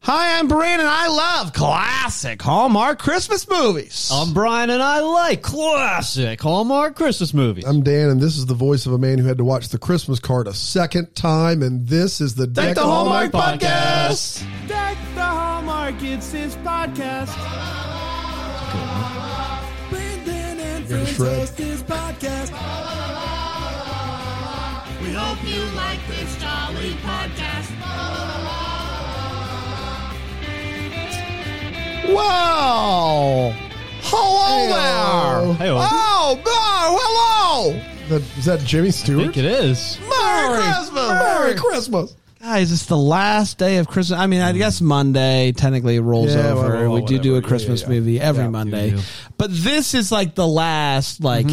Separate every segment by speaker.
Speaker 1: Hi, I'm Brian, and I love classic Hallmark Christmas movies.
Speaker 2: I'm Brian, and I like classic Hallmark Christmas movies.
Speaker 3: I'm Dan, and this is the voice of a man who had to watch the Christmas card a second time, and this is the
Speaker 1: Deck the Hallmark Podcast.
Speaker 4: Deck the Hallmark, it's his podcast. Brendan and
Speaker 3: You're a
Speaker 4: friends
Speaker 3: shred.
Speaker 4: host his podcast. We hope you like this jolly podcast.
Speaker 1: Whoa! Hello
Speaker 3: Hey-o.
Speaker 1: there!
Speaker 2: Hey-o.
Speaker 1: Oh, no, hello!
Speaker 3: That, is that Jimmy
Speaker 2: I
Speaker 3: Stewart?
Speaker 2: think it is.
Speaker 1: Merry Christmas!
Speaker 3: Merry Christmas.
Speaker 1: Guys, it's the last day of Christmas. I mean, I guess Monday technically rolls
Speaker 3: Yeah,
Speaker 1: over.
Speaker 3: well, well,
Speaker 1: we do do a
Speaker 3: whatever.
Speaker 1: Christmas
Speaker 3: Yeah, yeah.
Speaker 1: movie every
Speaker 3: Yeah, Mm-hmm.
Speaker 1: Monday,
Speaker 2: do.
Speaker 1: but this is like the last like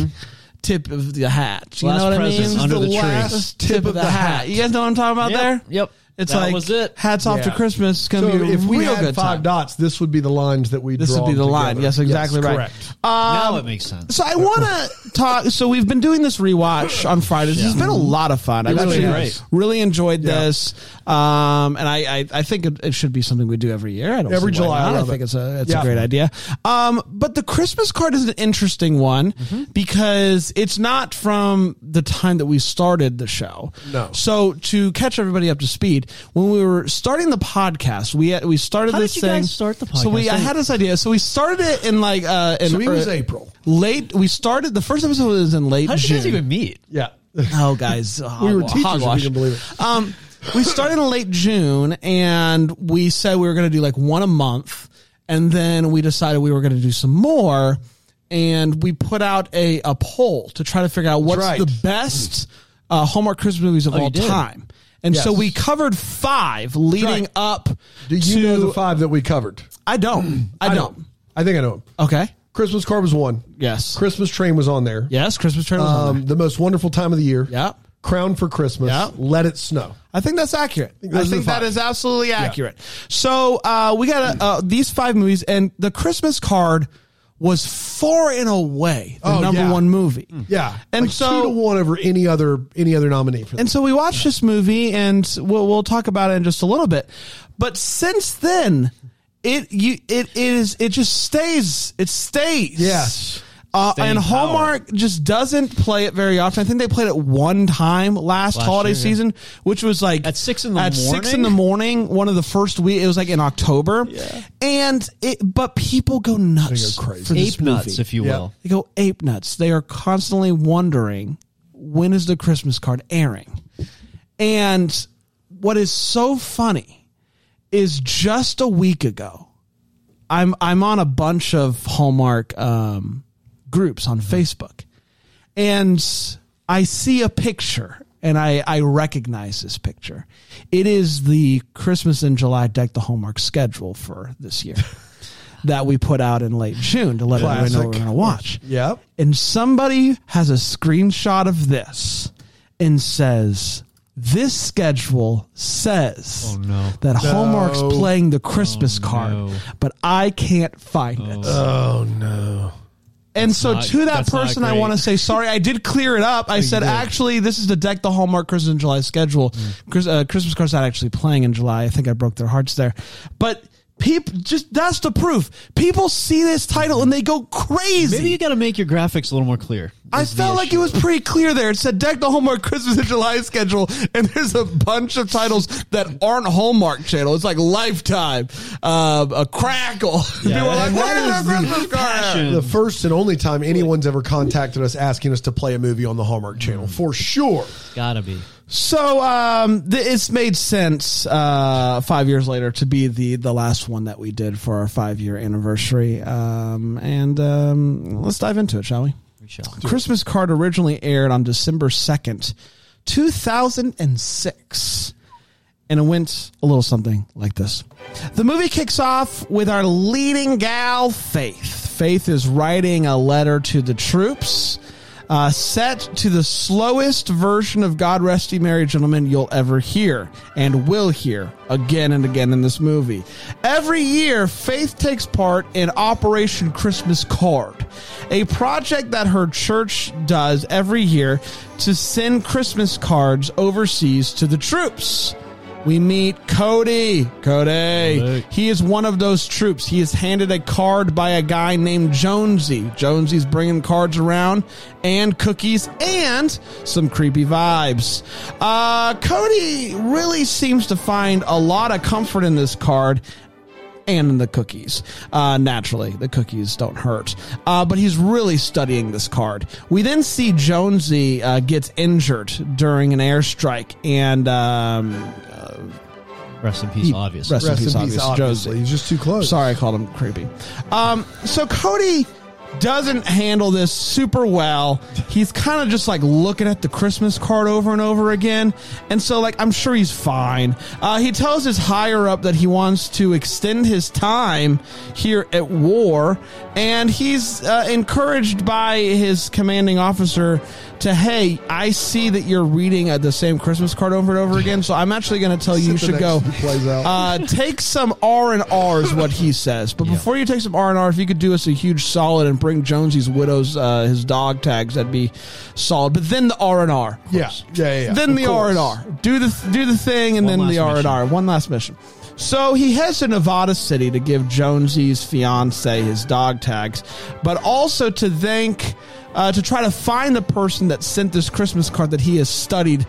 Speaker 1: tip of the hat. You
Speaker 2: Last
Speaker 1: know what I mean?
Speaker 2: present under
Speaker 3: the
Speaker 2: the, tree.
Speaker 3: last-
Speaker 1: tip of the hat. You guys know what I'm talking about
Speaker 2: Yep,
Speaker 1: there?
Speaker 2: yep.
Speaker 1: It's
Speaker 2: That
Speaker 1: like
Speaker 2: was it.
Speaker 1: hats off to
Speaker 3: Yeah.
Speaker 1: Christmas. It's
Speaker 3: So
Speaker 1: gonna be a
Speaker 3: if we
Speaker 1: real
Speaker 3: had
Speaker 1: good
Speaker 3: five
Speaker 1: time.
Speaker 3: dots, this would be the lines that we.
Speaker 1: This would be the line. Yes, exactly right. Um,
Speaker 3: Correct.
Speaker 2: now it makes sense.
Speaker 1: So I want to talk. So we've been doing this rewatch on Fridays. It's been a lot of fun. I've
Speaker 2: It really
Speaker 1: actually
Speaker 2: is.
Speaker 1: really enjoyed this, um, and I I, I think it, it should be something we do every year. I don't
Speaker 3: Every
Speaker 1: see why
Speaker 3: July, I
Speaker 1: not. I
Speaker 3: love
Speaker 1: think
Speaker 3: it.
Speaker 1: it's a it's a
Speaker 3: Yeah.
Speaker 1: great idea. Um, but the Christmas card is an interesting one because it's not from the time that we started the show.
Speaker 3: No.
Speaker 1: So to catch everybody up to speed, when we were starting the podcast, we we started
Speaker 2: How did
Speaker 1: this
Speaker 2: you
Speaker 1: thing.
Speaker 2: guys start the
Speaker 1: So we
Speaker 2: podcast?
Speaker 1: I had this idea. So we started it in like uh, in
Speaker 3: So it was
Speaker 1: er-
Speaker 3: April.
Speaker 1: late. We started the first episode was in late
Speaker 2: How did you
Speaker 1: June.
Speaker 2: guys even meet?
Speaker 3: Yeah.
Speaker 1: oh, guys,
Speaker 3: We were
Speaker 1: hog-
Speaker 3: teachers. if
Speaker 1: hogwash.
Speaker 3: You can believe it.
Speaker 1: Um, we started in late June, and we said we were going to do like one a month, and then we decided we were going to do some more, and we put out a a poll to try to figure out what's
Speaker 3: right. Oh,
Speaker 1: the best uh, Hallmark Christmas movies of
Speaker 2: you
Speaker 1: all
Speaker 2: did?
Speaker 1: time. And so
Speaker 3: Yes.
Speaker 1: we covered five leading
Speaker 3: right.
Speaker 1: up.
Speaker 3: Do you
Speaker 1: to,
Speaker 3: know the five that we covered?
Speaker 1: I don't. I, don't.
Speaker 3: I think I know. 'em.
Speaker 1: Okay.
Speaker 3: Christmas card was one.
Speaker 1: Yes.
Speaker 3: Christmas train was on there.
Speaker 1: Yes. Christmas trailer.
Speaker 3: Um, the most wonderful time of the year.
Speaker 1: Yep.
Speaker 3: Crown for Christmas.
Speaker 1: Yeah.
Speaker 3: Let it snow.
Speaker 1: I think that's accurate.
Speaker 3: those
Speaker 1: I
Speaker 3: are the
Speaker 1: think that
Speaker 3: five.
Speaker 1: is absolutely accurate. So uh, we got uh, these five movies, and the Christmas card was far and away the
Speaker 3: Oh,
Speaker 1: number
Speaker 3: yeah. Mm.
Speaker 1: one movie.
Speaker 3: Yeah.
Speaker 1: and
Speaker 3: Like
Speaker 1: so
Speaker 3: two to one over any other any other nominee for that.
Speaker 1: and so we watched this movie, and we'll, we'll talk about it in just a little bit. But since then, it you it is it just stays it stays.
Speaker 3: Yes.
Speaker 1: Uh,
Speaker 2: Staying
Speaker 1: and Hallmark just doesn't play it very often. I think they played it one time last,
Speaker 2: Last
Speaker 1: holiday
Speaker 2: year, yeah.
Speaker 1: season, which was like
Speaker 2: At six in the
Speaker 1: at six in
Speaker 2: morning?
Speaker 1: the morning. One of the first week, it was like in October, yeah. and it. But people go nuts.
Speaker 3: crazy.
Speaker 1: for this
Speaker 2: Ape nuts,
Speaker 1: movie.
Speaker 2: if you
Speaker 3: Yeah.
Speaker 2: will.
Speaker 1: They go ape nuts. They are constantly wondering when is the Christmas card airing. And what is so funny is just a week ago, I'm I'm on a bunch of Hallmark um, groups on Facebook, and I see a picture. And I, I recognize this picture. It is the Christmas in July Deck the Hallmark schedule for this year that we put out in late June to let everyone know what
Speaker 3: Classic.
Speaker 1: we're going to watch
Speaker 3: Yep.
Speaker 1: and somebody has a screenshot of this and says this schedule says
Speaker 2: Oh, no. Oh,
Speaker 1: that Hallmark's
Speaker 3: No.
Speaker 1: playing the Christmas card,
Speaker 2: no.
Speaker 1: but I can't find it.
Speaker 3: Oh no.
Speaker 1: and so,
Speaker 2: not-
Speaker 1: to that
Speaker 2: that's not
Speaker 1: person, I
Speaker 2: great.
Speaker 1: want to say sorry. I did clear it up. I said
Speaker 2: did.
Speaker 1: actually, this is the deck the Hallmark Christmas in July schedule.
Speaker 2: Mm.
Speaker 1: Chris, uh, Christmas card's not actually playing in July. I think I broke their hearts there, but. People just that's the proof. People see this title and they go crazy.
Speaker 2: Maybe you got to make your graphics a little more clear.
Speaker 1: I
Speaker 2: is the
Speaker 1: felt like it
Speaker 2: issue.
Speaker 1: was pretty clear there. It said deck the Hallmark Christmas and July schedule, and there's a bunch of titles that aren't Hallmark channel. It's like Lifetime, uh, a Crackle.
Speaker 2: Yeah.
Speaker 1: People are like,
Speaker 2: And
Speaker 1: "Where's
Speaker 2: that
Speaker 1: our
Speaker 2: is the
Speaker 1: Christmas card?"
Speaker 2: passion.
Speaker 3: The first and only time anyone's ever contacted us asking us to play a movie on the Hallmark
Speaker 1: Mm.
Speaker 3: Channel for sure.
Speaker 2: Gotta be.
Speaker 1: So um, th- it's made sense uh, five years later to be the the last one that we did for our five year anniversary. Um, and um, let's dive into it, shall we?
Speaker 2: We shall.
Speaker 1: Christmas Card originally aired on December 2nd, 2006. And it went a little something like this. The movie kicks off with our leading gal, Faith. Faith is writing a letter to the troops, uh, set to the slowest version of God Rest Ye Merry Gentlemen you'll ever hear and will hear again and again in this movie. Every year, Faith takes part in Operation Christmas Card, a project that her church does every year to send Christmas cards overseas to the troops. We meet Cody. Cody.
Speaker 2: Cody.
Speaker 1: He is one of those troops. He is handed a card by a guy named Jonesy. Jonesy's bringing cards around and cookies and some creepy vibes. Uh, Cody really seems to find a lot of comfort in this card and in the cookies. Uh, naturally, the cookies don't hurt. Uh, but he's really studying this card. We then see Jonesy uh, gets injured during an airstrike, and um,
Speaker 2: Rest in peace, obvious.
Speaker 1: rest
Speaker 3: Rest in peace,
Speaker 1: obvious,
Speaker 3: obviously.
Speaker 1: Josie.
Speaker 3: He's just too close.
Speaker 1: Sorry, I called him creepy. Um, so Cody doesn't handle this super well. He's kind of just like looking at the Christmas card over and over again. And so, like, I'm sure he's fine. Uh, he tells his higher up that he wants to extend his time here at war. And he's uh, encouraged by his commanding officer to, hey, I see that you're reading uh, the same Christmas card over and over again. So I'm actually going to tell you you
Speaker 3: The
Speaker 1: should
Speaker 3: next
Speaker 1: go.
Speaker 3: few plays out.
Speaker 1: Uh, take some R and R is what he says. But before you take some R and R, if you could do us a huge solid and bring Jonesy's widow's uh, his dog tags, that'd be solid. But then the R and R,
Speaker 3: Yeah. Yeah. yeah, yeah.
Speaker 1: then
Speaker 3: Of
Speaker 1: the R
Speaker 3: course.
Speaker 1: and R. Do the do the thing, and
Speaker 2: One
Speaker 1: then the R
Speaker 2: last
Speaker 1: and R. One last mission. So he heads to Nevada City to give Jonesy's fiance his dog tags, but also to thank uh, to try to find the person that sent this Christmas card that he has studied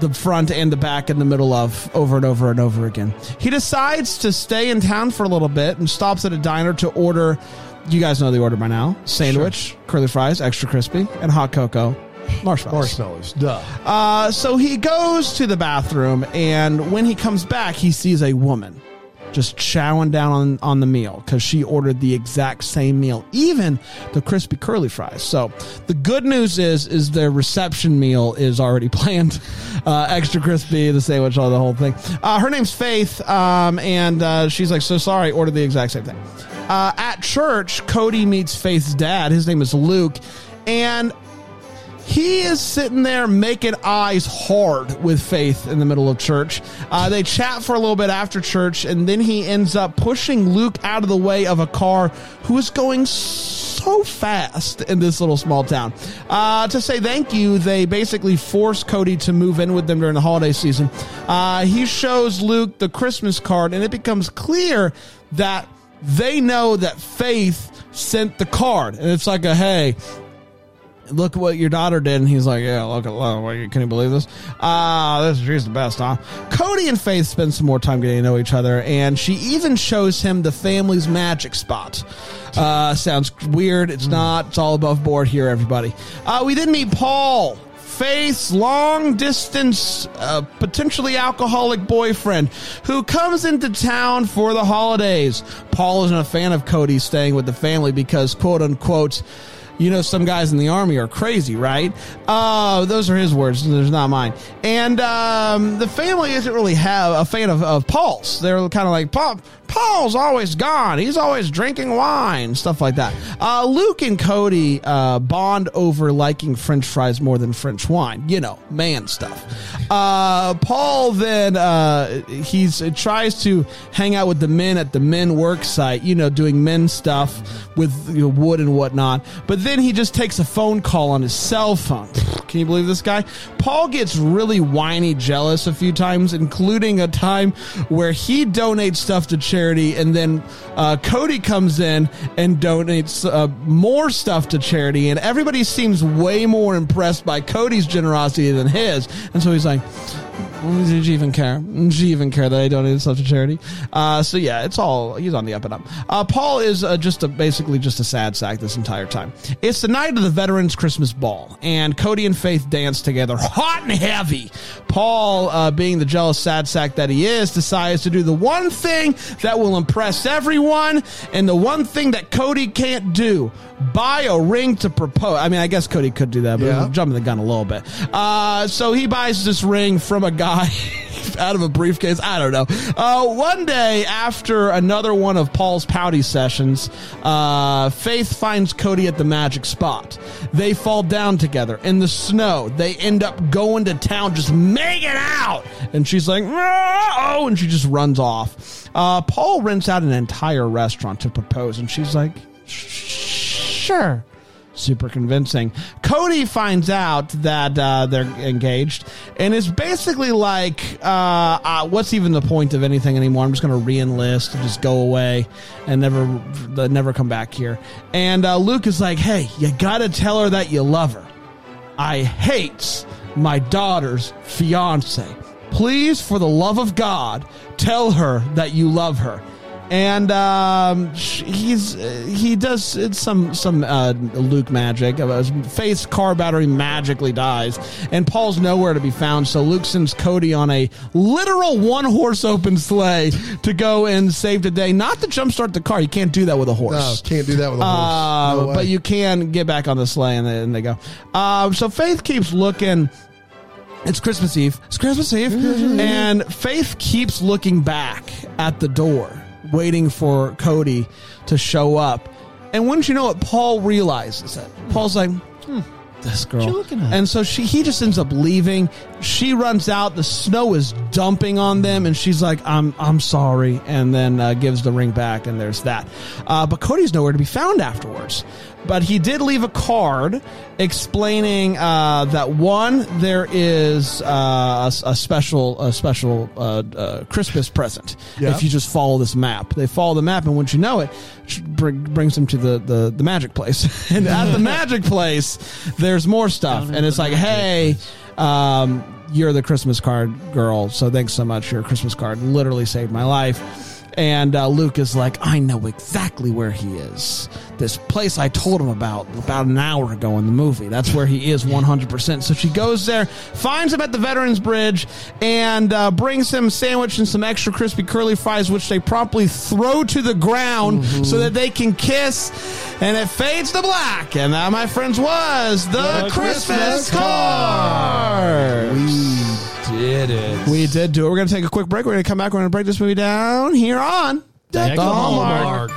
Speaker 1: the front and the back and the middle of over and over and over again. He decides to stay in town for a little bit and stops at a diner to order. You guys know the order by now: sandwich, curly fries, extra crispy, and hot cocoa, marshmallows.
Speaker 3: Marshmallows. Duh.
Speaker 1: Uh, so he goes to the bathroom, and when he comes back, he sees a woman just chowing down on, on the meal because she ordered the exact same meal, even the crispy curly fries. So the good news is, is their reception meal is already planned, uh, extra crispy, the sandwich, all the whole thing. Uh, her name's Faith, um, and uh, she's like, so sorry, ordered the exact same thing. Uh, at church, Cody meets Faith's dad. His name is Luke, and he is sitting there making eyes hard with Faith in the middle of church. Uh, they chat for a little bit after church, and then he ends up pushing Luke out of the way of a car who is going so fast in this little small town. Uh, to say thank you, they basically force Cody to move in with them during the holiday season. Uh, he shows Luke the Christmas card, and it becomes clear that they know that Faith sent the card. And it's like a hey, look what your daughter did. And he's like, yeah, look at look, Can you believe this? Ah, this she's the best, huh? Cody and Faith spend some more time getting to know each other, and she even shows him the family's magic spot. Uh, sounds weird. It's not. It's all above board here, everybody. Uh, we then meet Paul. Faith's long distance, uh, potentially alcoholic boyfriend who comes into town for the holidays. Paul isn't a fan of Cody staying with the family because, quote unquote, you know some guys in the army are crazy right uh, those are his words there's not mine and um, the family isn't really have a fan of, of paul's they're kind of like Paul, paul's always gone he's always drinking wine stuff like that uh, luke and cody uh, bond over liking french fries more than french wine you know man stuff uh, paul then uh, he's he tries to hang out with the men at the men work site you know doing men stuff with you know, wood and whatnot but then he just takes a phone call on his cell phone. Can you believe this guy? Paul gets really whiny jealous a few times, including a time where he donates stuff to charity, and then uh, Cody comes in and donates uh, more stuff to charity, and everybody seems way more impressed by Cody's generosity than his. And so he's like, did she even care? Did she even care that I donated stuff to charity? Uh, so yeah, it's all he's on the up and up. Uh, Paul is uh, just a, basically just a sad sack this entire time. It's the night of the Veterans Christmas Ball, and Cody and Faith dance together, hot and heavy. Paul, uh, being the jealous sad sack that he is, decides to do the one thing that will impress everyone, and the one thing that Cody can't do: buy a ring to propose. I mean, I guess Cody could do that, but it was
Speaker 3: Yeah.
Speaker 1: a jumping the gun a little bit. Uh, so he buys this ring from a guy out of a briefcase. I don't know. Uh, one day after another one of Paul's pouty sessions, uh, Faith finds Cody at the magic spot. They fall down together in the snow. They end up going to town, just making out. And she's like, oh, and she just runs off. Uh, Paul rents out an entire restaurant to propose, and she's like, sure. super convincing. Cody finds out that uh, they're engaged and is basically like, uh, uh, "What's even the point of anything anymore? I'm just going to re-enlist and just go away and never, never come back here." And uh, Luke is like, "Hey, you got to tell her that you love her. I hate my daughter's fiance. Please, for the love of God, tell her that you love her." and um, sh- he's uh, he does it's some some uh, Luke magic. Uh, His face car battery magically dies, and Paul's nowhere to be found. So Luke sends Cody on a literal one horse open sleigh to go and save the day. Not to jumpstart the car. You can't do that with a horse.
Speaker 5: No, can't do that with a
Speaker 1: Uh,
Speaker 5: horse. No
Speaker 1: but
Speaker 5: way.
Speaker 1: you can get back on the sleigh and they, and they go. Um, so Faith keeps looking. It's Christmas Eve. It's Christmas Eve.
Speaker 2: Mm-hmm.
Speaker 1: and Faith keeps looking back at the door, waiting for Cody to show up. And wouldn't you know it, Paul realizes it. Paul's like, hmm, this girl.
Speaker 2: you looking at?
Speaker 1: And so she he just ends up leaving. She runs out. The snow is dumping on them, and she's like, "I'm I'm sorry," and then uh, gives the ring back. And there's that. Uh, but Cody's nowhere to be found afterwards. But he did leave a card explaining uh, that one there is uh, a, s- a special a special uh, uh, Christmas present
Speaker 5: Yeah.
Speaker 1: if you just follow this map. They follow the map, and once you know it, sh- bring, brings them to the, the, the magic place. and at the magic place, there's more stuff.
Speaker 2: Down
Speaker 1: And
Speaker 2: at
Speaker 1: it's
Speaker 2: the
Speaker 1: like,
Speaker 2: magic
Speaker 1: hey, um, you're the Christmas card girl, so thanks so much. Your Christmas card literally saved my life. And uh, Luke is like, I know exactly where he is. This place I told him about about an hour ago in the movie. That's where he is 100%. So she goes there, finds him at the Veterans Bridge, and uh, brings him a sandwich and some extra crispy curly fries, which they promptly throw to the ground so that they can kiss. And it fades to black. And that, my friends, was the, Christmas,
Speaker 5: Christmas
Speaker 1: card.
Speaker 5: We did it.
Speaker 1: We did do it. We're going to take a quick break. We're going to come back. We're going to break this movie down here on
Speaker 2: Deck the Hallmark.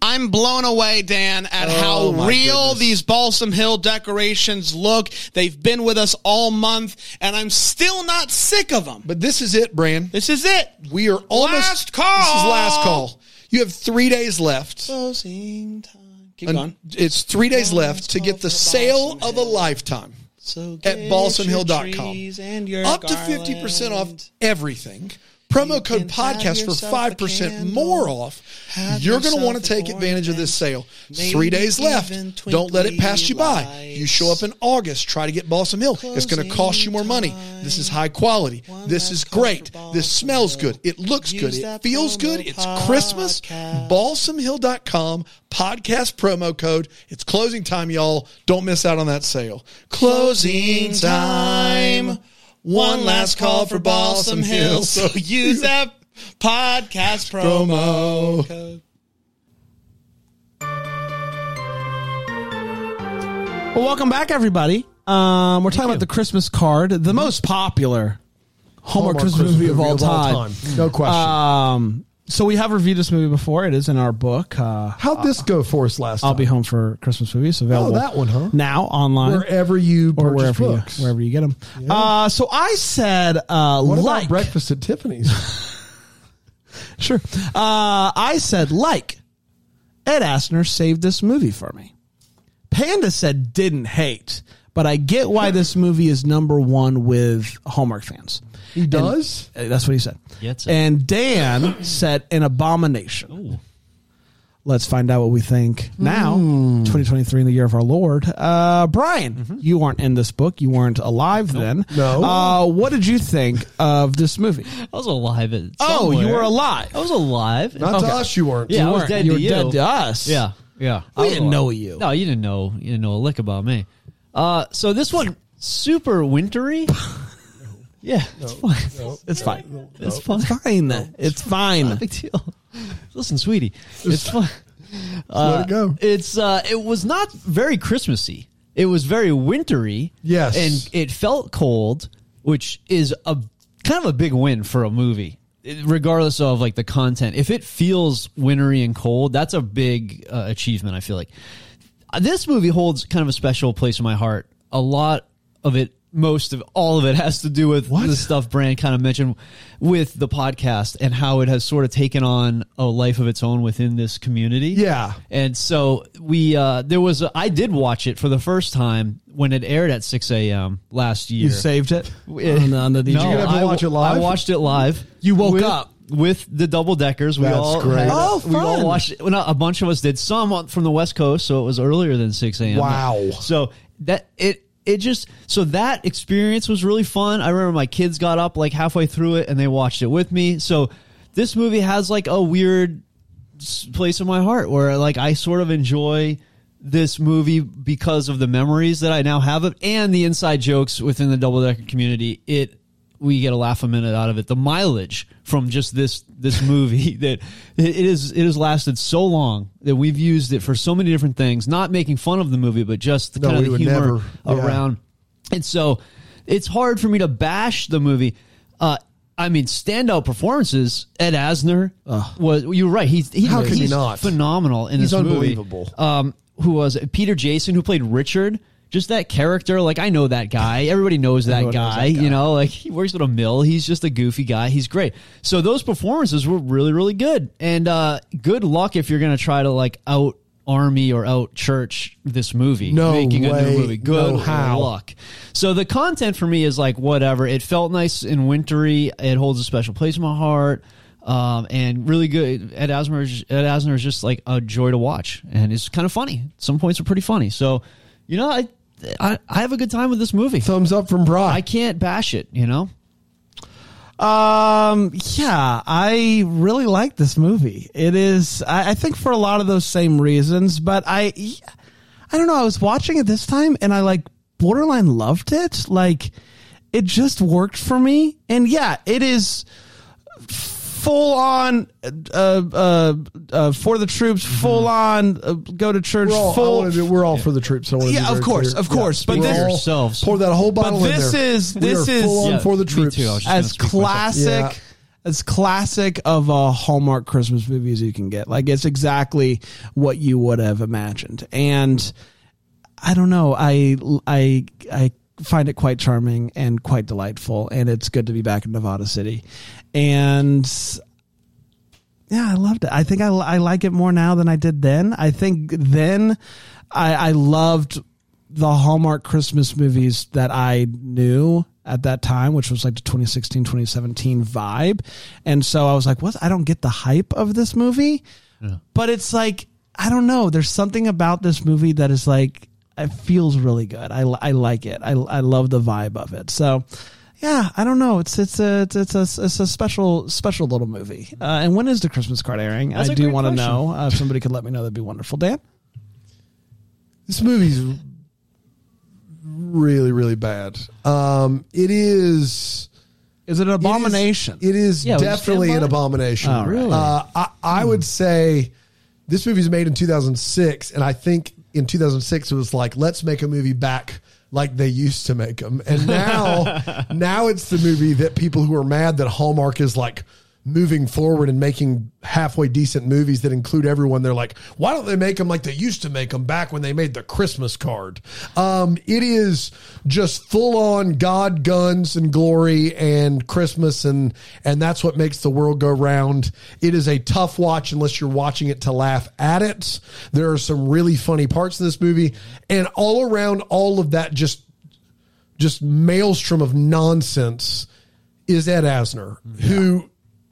Speaker 1: I'm blown away, Dan, at
Speaker 5: Oh,
Speaker 1: how
Speaker 5: my
Speaker 1: real
Speaker 5: goodness.
Speaker 1: these Balsam Hill decorations look. They've been with us all month, and I'm still not sick of them.
Speaker 5: But this is it, Bran.
Speaker 1: this is it.
Speaker 5: We are almost
Speaker 1: Last call.
Speaker 5: This is last call. You have three days left.
Speaker 1: Closing time. Keep
Speaker 5: And
Speaker 1: going.
Speaker 5: It's three days left to get the sale of a lifetime.
Speaker 1: So
Speaker 5: at
Speaker 1: get
Speaker 5: balsamhill.com.
Speaker 1: your trees and your
Speaker 5: Up to fifty percent off
Speaker 1: garland.
Speaker 5: everything. Promo code
Speaker 1: can have
Speaker 5: podcast for
Speaker 1: yourself a
Speaker 5: five percent
Speaker 1: candle.
Speaker 5: more off.
Speaker 1: Have
Speaker 5: You're going to
Speaker 1: yourself
Speaker 5: want to
Speaker 1: an
Speaker 5: take advantage of this sale.
Speaker 1: Maybe
Speaker 5: Three days left.
Speaker 1: even
Speaker 5: Don't let it pass you by.
Speaker 1: twinkly
Speaker 5: You show up in August. Try to get Balsam Hill. It's going to cost you more money.
Speaker 1: Closing
Speaker 5: This is high quality.
Speaker 1: One
Speaker 5: This
Speaker 1: last
Speaker 5: is
Speaker 1: call
Speaker 5: great.
Speaker 1: for
Speaker 5: This smells
Speaker 1: Balsam Hill.
Speaker 5: good. It looks
Speaker 1: Use
Speaker 5: good. It
Speaker 1: that
Speaker 5: feels
Speaker 1: promo
Speaker 5: good. It's
Speaker 1: podcast.
Speaker 5: Christmas. BalsamHill.com podcast promo code. It's closing time, y'all. Don't miss out on that sale. Closing time. One last call for Balsam Hill. So
Speaker 1: use that podcast
Speaker 5: promo.
Speaker 1: code. Well, welcome back, everybody. Um, we're talking about the Christmas card, the most popular Hallmark, Christmas, movie of all time.
Speaker 5: No question.
Speaker 1: Um, so we have reviewed this movie before. It is in our book. Uh,
Speaker 5: How'd this go for us last
Speaker 1: I'll be home for Christmas movies available.
Speaker 5: Oh, that one, huh?
Speaker 1: Now online
Speaker 5: Wherever you
Speaker 1: or
Speaker 5: purchase
Speaker 1: wherever
Speaker 5: books.
Speaker 1: you wherever you get them. Uh, so I said uh,
Speaker 5: What about
Speaker 1: like
Speaker 5: breakfast at Tiffany's?
Speaker 1: Sure. Uh, I said, like, Ed Asner saved this movie for me. Panda said, didn't hate, but I get why this movie is number one with Hallmark fans.
Speaker 5: He does?
Speaker 1: Uh, That's what he said.
Speaker 2: Gets it.
Speaker 1: and Dan said, an abomination. Let's find out what we think now.
Speaker 2: Hmm.
Speaker 1: 2023 in the year of our Lord. Uh, Brian,
Speaker 2: Mm-hmm.
Speaker 1: you weren't in this book. You weren't alive then.
Speaker 5: No.
Speaker 1: Uh, what did you think of this movie?
Speaker 2: I was alive. At
Speaker 1: Oh, you
Speaker 2: somewhere.
Speaker 1: were alive.
Speaker 2: I was alive.
Speaker 5: Not to
Speaker 1: Okay.
Speaker 5: us, you weren't.
Speaker 2: Yeah,
Speaker 1: You
Speaker 2: I was
Speaker 1: weren't.
Speaker 2: dead
Speaker 1: you
Speaker 2: to
Speaker 1: were
Speaker 2: you.
Speaker 1: dead to us.
Speaker 2: Yeah, yeah.
Speaker 1: We
Speaker 2: I was
Speaker 1: didn't
Speaker 2: alive.
Speaker 1: know you.
Speaker 2: No, you didn't know. You didn't know a lick about me. Uh, so this one super wintry. yeah, it's fine.
Speaker 1: It's fine.
Speaker 2: It's
Speaker 1: It's
Speaker 2: fine.
Speaker 1: fine. It's fine.
Speaker 2: Big deal. Listen, sweetie, it's fine.
Speaker 5: let it go.
Speaker 2: It's uh, it was not very Christmassy. It was very wintry.
Speaker 5: Yes.
Speaker 2: and it felt cold, which is a kind of a big win for a movie, it- regardless of like the content. If it feels wintry and cold, that's a big uh, achievement. I feel like Uh, this movie holds kind of a special place in my heart. A lot of it most of all of it has to do with the stuff Brand kind of mentioned with the podcast and how it has sort of taken on a life of its own within this community.
Speaker 1: Yeah.
Speaker 2: And so we uh there was a, I did watch it for the first time when it aired at 6 a.m. last year.
Speaker 1: You saved it on the, on the DJ.
Speaker 2: No,
Speaker 5: you
Speaker 2: I,
Speaker 5: ever watch it live?
Speaker 2: I watched it live.
Speaker 1: You woke
Speaker 2: with-
Speaker 1: up.
Speaker 2: with the double deckers. We
Speaker 5: That's
Speaker 2: all had-
Speaker 5: great.
Speaker 1: Oh,
Speaker 2: we all
Speaker 1: fun.
Speaker 2: watched. Well, not, a bunch of us did. Some on- from the West Coast, so it was earlier than six a.m.
Speaker 5: Wow.
Speaker 2: So that it it just so that experience was really fun. I remember my kids got up like halfway through it and they watched it with me. So this movie has like a weird s- place in my heart where like I sort of enjoy this movie because of the memories that I now have of and the inside jokes within the double decker community. It we get a laugh a minute out of it. The mileage from just this this movie that it is it has lasted so long that we've used it for so many different things. Not making fun of the movie, but just the
Speaker 5: No,
Speaker 2: kind
Speaker 5: we
Speaker 2: of the
Speaker 5: would
Speaker 2: humor
Speaker 5: never. Yeah.
Speaker 2: around. And so it's hard for me to bash the movie. Uh, I mean, standout performances. Ed Asner was. You're right. He's he,
Speaker 5: How can
Speaker 2: he's
Speaker 5: you not?
Speaker 2: phenomenal in
Speaker 5: He's
Speaker 2: this movie.
Speaker 5: unbelievable.
Speaker 2: Um, who was it? Peter Jason, who played Richard. Just that character, like I know that guy. Everybody knows that,
Speaker 1: Everyone knows
Speaker 2: guy,
Speaker 1: that guy.
Speaker 2: You know, like he works at a mill. He's just a goofy guy. He's great. So those performances were really, really good. And uh, good luck if you're going to try to like out army or out church this movie.
Speaker 5: No
Speaker 2: making a
Speaker 5: way,
Speaker 2: new movie. Good
Speaker 5: no how.
Speaker 2: luck. So the content for me is like whatever. It felt nice and wintry. It holds a special place in my heart. Um, and really good. Ed Asner, is- Ed Asner is just like a joy to watch, and it's kind of funny. Some points are pretty funny. So, you know, I, I, I have a good time with this movie.
Speaker 5: Thumbs up from Brock.
Speaker 2: I can't bash it. You know,
Speaker 1: Um, yeah, I really like this movie. It is, I, I think, for a lot of those same reasons. But I, I don't know. I was watching it this time, and I like borderline loved it. Like, it just worked for me. And yeah, it is full on, uh, uh, uh for the troops, full on, uh, go to church,
Speaker 5: we're all, I
Speaker 1: full.
Speaker 5: wanna be- we're all for the troops. I wanna be
Speaker 1: Yeah, of
Speaker 5: very
Speaker 1: course,
Speaker 5: clear.
Speaker 1: of course, but
Speaker 5: We're
Speaker 1: this-
Speaker 5: all-
Speaker 2: Yourselves.
Speaker 5: pour that whole bottle in
Speaker 1: this
Speaker 5: there.
Speaker 1: is-
Speaker 5: We
Speaker 1: this
Speaker 5: are
Speaker 1: is-
Speaker 5: full on
Speaker 1: Yeah,
Speaker 5: for the
Speaker 2: me
Speaker 5: troops.
Speaker 2: too. I was just-
Speaker 1: as
Speaker 2: gonna speak myself.
Speaker 1: classic
Speaker 5: Yeah.
Speaker 1: as classic of a Hallmark Christmas movie as you can get. Like it's exactly what you would have imagined. And I don't know, I I I find it quite charming and quite delightful and it's good to be back in Nevada City. And yeah, I loved it. I think I, I like it more now than I did then. I think then I, I loved the Hallmark Christmas movies that I knew at that time, which was like the 2016, 2017 vibe. And so I was like, what? I don't get the hype of this movie. But it's like, I don't know. There's something about this movie that is like, it feels really good. I, I like it. I, I love the vibe of it. So, yeah, I don't know. It's it's a it's, it's a it's a special special little movie. Uh, and when is the Christmas card airing?
Speaker 2: That's
Speaker 1: I
Speaker 2: a
Speaker 1: do
Speaker 2: great
Speaker 1: want to
Speaker 2: question.
Speaker 1: know. Uh, if somebody could let me know, that'd be wonderful. Dan,
Speaker 5: This movie's really, really bad. Um, it is.
Speaker 1: is it an abomination?
Speaker 5: It is
Speaker 2: Yeah, would you
Speaker 5: definitely
Speaker 2: stand
Speaker 5: an
Speaker 2: by it?
Speaker 5: abomination.
Speaker 1: Oh, really?
Speaker 5: Uh, I, I would say this movie was made in 2006, and I think in 2006 it was like, let's make a movie back like they used to make them. And now, now it's the movie that people who are mad that Hallmark is like moving forward and making halfway decent movies that include everyone. They're like, why don't they make them like they used to make them back when they made the Christmas card? Um, it is just full on God, guns, and glory and Christmas, and and that's what makes the world go round. It is a tough watch unless you're watching it to laugh at it. There are some really funny parts in this movie, and all around all of that just just maelstrom of nonsense is Ed Asner, who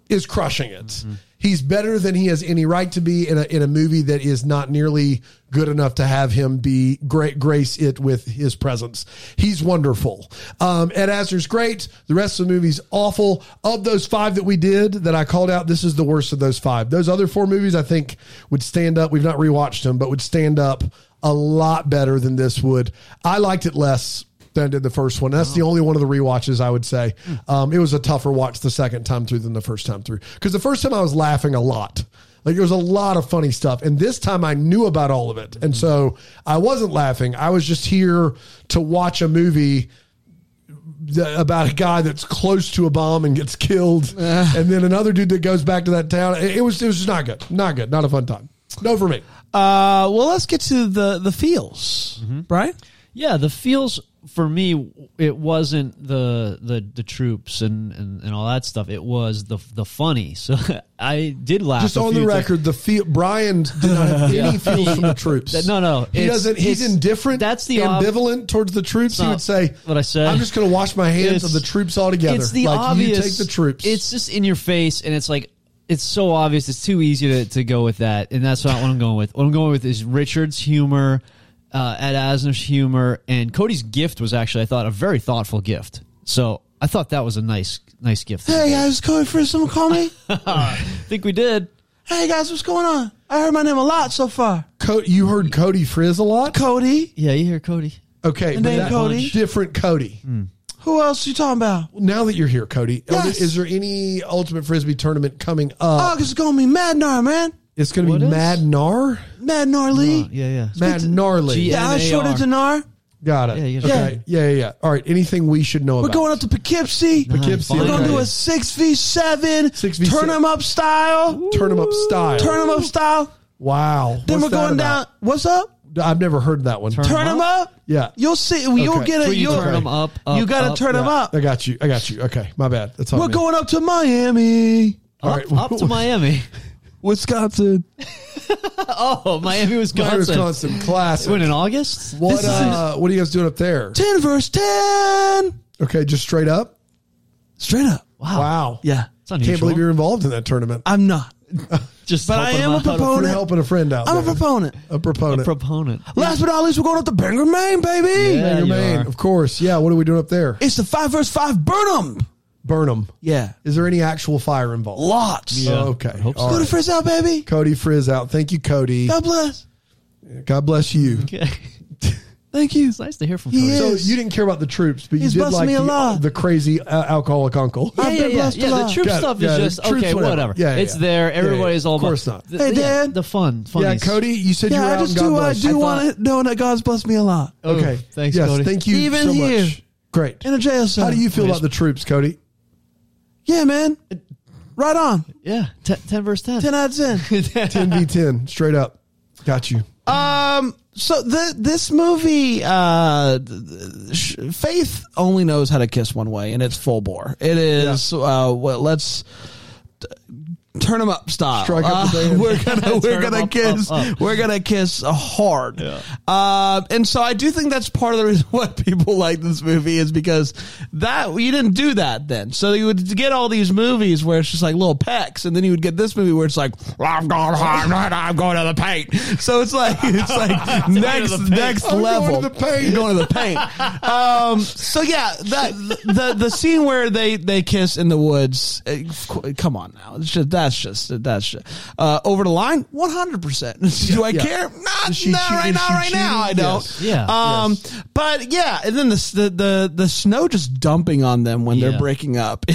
Speaker 5: is crushing it. He's better than he has any right to be in a, in a movie that is not nearly good enough to have him be great, grace it with his presence. He's wonderful. Um, Ed Asner's great. The rest of the movie's awful. Of those five that we did that I called out, this is the worst of those five. Those other four movies I think would stand up. We've not rewatched them, but would stand up a lot better than this would. I liked it less than I did the first one. That's the only one of the rewatches I would say. Um, it was a tougher watch the second time through than the first time through because the first time I was laughing a lot. Like there was a lot of funny stuff, and this time I knew about all of it, and so I wasn't laughing. I was just here to watch a movie th- about a guy that's close to a bomb and gets killed, and then another dude that goes back to that town. It, it was it was just not good, not good, not a fun time. No for me.
Speaker 2: Mm-hmm.
Speaker 1: Uh, well, let's get to the the feels, right?
Speaker 2: yeah. The feels for me, it wasn't the the the troops and, and, and all that stuff. It was the the funny. So I did laugh.
Speaker 5: Just
Speaker 2: a
Speaker 5: on
Speaker 2: few
Speaker 5: the
Speaker 2: times.
Speaker 5: record, the feel, Brian did not have any feels from the troops.
Speaker 2: That- no, no,
Speaker 5: he
Speaker 2: it's-
Speaker 5: doesn't. He's
Speaker 2: it's-
Speaker 5: indifferent.
Speaker 2: that's the ob-
Speaker 5: ambivalent towards the troops. He
Speaker 2: not
Speaker 5: would say,
Speaker 2: what I said.
Speaker 5: I'm just going to wash my hands of the
Speaker 2: It's-
Speaker 5: troops altogether.
Speaker 2: It's the
Speaker 5: like,
Speaker 2: obvious.
Speaker 5: You take the troops.
Speaker 2: It's just in your face, and it's like it's so obvious. It's too easy to, to go with that, and that's not what I'm going with. What I'm going with is Richard's humor, uh, Ed Asner's humor, and Cody's gift was actually I thought a very thoughtful gift. So I thought that was a nice nice gift.
Speaker 1: Hey guys, Cody Fritz, someone call me.
Speaker 2: I think we did.
Speaker 1: hey guys, what's going on? I heard my name a lot so far.
Speaker 5: Co- you heard Cody Frizz a lot.
Speaker 1: Cody,
Speaker 2: Yeah, you hear Cody?
Speaker 5: Okay,
Speaker 1: And
Speaker 5: but
Speaker 1: then
Speaker 5: that-
Speaker 1: Cody.
Speaker 5: different Cody.
Speaker 2: Hmm.
Speaker 1: who else you talking about?
Speaker 5: Now that you're here, Cody, are there-
Speaker 1: Yes.
Speaker 5: is there any Ultimate Frisbee tournament coming up?
Speaker 1: August is gonna be Madnar, man.
Speaker 5: it's going to
Speaker 2: Oh, what
Speaker 5: be
Speaker 2: is?
Speaker 5: Mad Nar,
Speaker 1: Madnar Lee.
Speaker 2: Oh, yeah, yeah.
Speaker 5: Mad Gnarly.
Speaker 2: G-
Speaker 1: Yeah, I
Speaker 2: NAR.
Speaker 1: shorted Dinar.
Speaker 5: Got it.
Speaker 2: Yeah, you
Speaker 5: okay.
Speaker 2: gotta-
Speaker 5: Yeah. yeah, yeah. All right. Anything we should know
Speaker 1: We're
Speaker 5: about?
Speaker 1: going up to Poughkeepsie.
Speaker 5: Poughkeepsie.
Speaker 2: fine.
Speaker 1: We're gonna
Speaker 5: Okay.
Speaker 1: do a six v seven,
Speaker 5: 6v7.
Speaker 1: turn them up style,
Speaker 5: Turn 'em up style.
Speaker 1: turn them up style.
Speaker 5: Wow.
Speaker 1: Then
Speaker 5: What's
Speaker 1: we're
Speaker 5: that
Speaker 1: going
Speaker 5: about?
Speaker 1: down. What's up?
Speaker 5: I've never heard that one.
Speaker 2: Turn 'em
Speaker 1: Turn them up.
Speaker 5: Yeah.
Speaker 1: you'll see. You'll
Speaker 5: Okay.
Speaker 1: get
Speaker 5: So
Speaker 1: it.
Speaker 5: you
Speaker 1: You'll
Speaker 5: turn 'em
Speaker 2: up, up,
Speaker 1: You gotta
Speaker 2: up.
Speaker 1: turn them
Speaker 5: Yeah,
Speaker 1: up.
Speaker 5: I got you. I got you. Okay, my bad. That's all.
Speaker 1: We're going up to Miami,
Speaker 5: All
Speaker 2: up,
Speaker 5: right.
Speaker 2: up to Miami.
Speaker 1: Wisconsin.
Speaker 2: Oh, Miami, Wisconsin.
Speaker 5: Wisconsin classic.
Speaker 2: When in August?
Speaker 5: What uh, what are you guys doing up there?
Speaker 1: Ten verse ten.
Speaker 5: Okay, just straight up.
Speaker 1: Straight up.
Speaker 2: Wow.
Speaker 5: Wow.
Speaker 1: Yeah,
Speaker 2: Oh, It's unusual.
Speaker 5: Can't believe you're involved in that tournament.
Speaker 1: I'm not.
Speaker 2: Just
Speaker 1: But I
Speaker 2: helping
Speaker 1: am a
Speaker 2: out a
Speaker 5: You're
Speaker 1: proponent.
Speaker 5: helping a friend out.
Speaker 1: I'm a
Speaker 5: there.
Speaker 1: proponent.
Speaker 5: A proponent.
Speaker 2: proponent.
Speaker 1: Last but not least, we're going up to Bangor, Maine, baby.
Speaker 2: Yeah, you
Speaker 5: Your main,
Speaker 2: are.
Speaker 5: of course. Yeah. What are we doing up there?
Speaker 1: It's the five verse five Burnham.
Speaker 5: Burnham.
Speaker 1: Yeah,
Speaker 5: Is there any actual fire involved?
Speaker 1: lots.
Speaker 2: Yeah.
Speaker 5: Oh, okay.
Speaker 2: I hope so.
Speaker 5: All
Speaker 1: Go to
Speaker 5: right.
Speaker 1: Frizz out, baby.
Speaker 5: Cody Frizz out. Thank you, Cody.
Speaker 1: God bless.
Speaker 5: God bless you.
Speaker 2: Okay.
Speaker 1: Thank you.
Speaker 2: It's nice to hear from
Speaker 1: He
Speaker 2: Cody.
Speaker 1: is-
Speaker 5: So you didn't care about the troops, but you
Speaker 1: He's
Speaker 5: did
Speaker 1: busting
Speaker 5: like
Speaker 1: me a
Speaker 5: the,
Speaker 1: lot.
Speaker 5: the crazy uh, alcoholic uncle.
Speaker 1: Yeah, I've been blessed a
Speaker 2: the
Speaker 1: lot.
Speaker 2: troop
Speaker 5: Got it.
Speaker 2: stuff
Speaker 5: Yeah,
Speaker 2: is
Speaker 5: the
Speaker 2: just
Speaker 5: troops,
Speaker 2: okay,
Speaker 5: whatever.
Speaker 2: whatever.
Speaker 5: Yeah, yeah,
Speaker 2: it's
Speaker 5: yeah.
Speaker 2: there.
Speaker 5: Yeah, yeah,
Speaker 2: Everybody's
Speaker 5: yeah.
Speaker 2: all
Speaker 5: Of course
Speaker 2: about- The,
Speaker 5: not.
Speaker 1: Hey,
Speaker 2: the- yeah,
Speaker 1: Dad.
Speaker 2: the fun, fun.
Speaker 5: Yeah, Cody, you said you were
Speaker 1: Yeah, I
Speaker 5: out
Speaker 1: just
Speaker 5: in God
Speaker 1: do what I
Speaker 5: bless.
Speaker 1: do
Speaker 2: I
Speaker 1: want to know that God's blessed me a lot.
Speaker 5: Okay.
Speaker 2: Oh, thanks,
Speaker 5: yes,
Speaker 2: Cody.
Speaker 5: Thank you
Speaker 1: Even
Speaker 5: so
Speaker 1: here.
Speaker 5: much. Great.
Speaker 1: In a jail cell.
Speaker 5: How do you feel about the troops, Cody?
Speaker 1: Yeah, man. Right on.
Speaker 2: Yeah, te- ten verse ten.
Speaker 1: 10 out of 10.
Speaker 5: 10 v 10, straight up. Got you.
Speaker 1: um, so the, this movie, uh, th- th- sh- Faith only knows how to kiss one way, and it's full bore. It is, uh, well, let's t- turn them up style.
Speaker 5: Strike up the
Speaker 1: Uh,
Speaker 5: band.
Speaker 1: we're gonna, we're
Speaker 2: Turn 'em
Speaker 1: gonna
Speaker 2: up,
Speaker 1: kiss,
Speaker 5: Oh,
Speaker 2: up, up.
Speaker 1: we're gonna kiss hard. Uh, and so I do think that's part of the reason why people like this movie is because that you didn't do that then. So you would get all these movies where it's just like little pecks, and then you would get this movie where it's like I'm going hard, right? I'm going to the paint. So it's like it's like next next
Speaker 5: I'm going
Speaker 1: level.
Speaker 5: to the paint.
Speaker 1: You're going to the paint. Um, so yeah, that the the scene where they they kiss in the woods. eh, qu- Come on now, it's just, that's just that's just, uh, over the line. One hundred percent. Do I
Speaker 5: yeah.
Speaker 1: care? Not,
Speaker 5: Is she
Speaker 1: not
Speaker 5: che-
Speaker 1: right
Speaker 5: is
Speaker 1: now.
Speaker 5: she
Speaker 1: Right now, I
Speaker 5: cheating?
Speaker 1: don't.
Speaker 5: Yes.
Speaker 2: Yeah.
Speaker 1: Um, but yeah, and then the, the the the snow just dumping on them when
Speaker 2: Yeah.
Speaker 1: they're breaking up.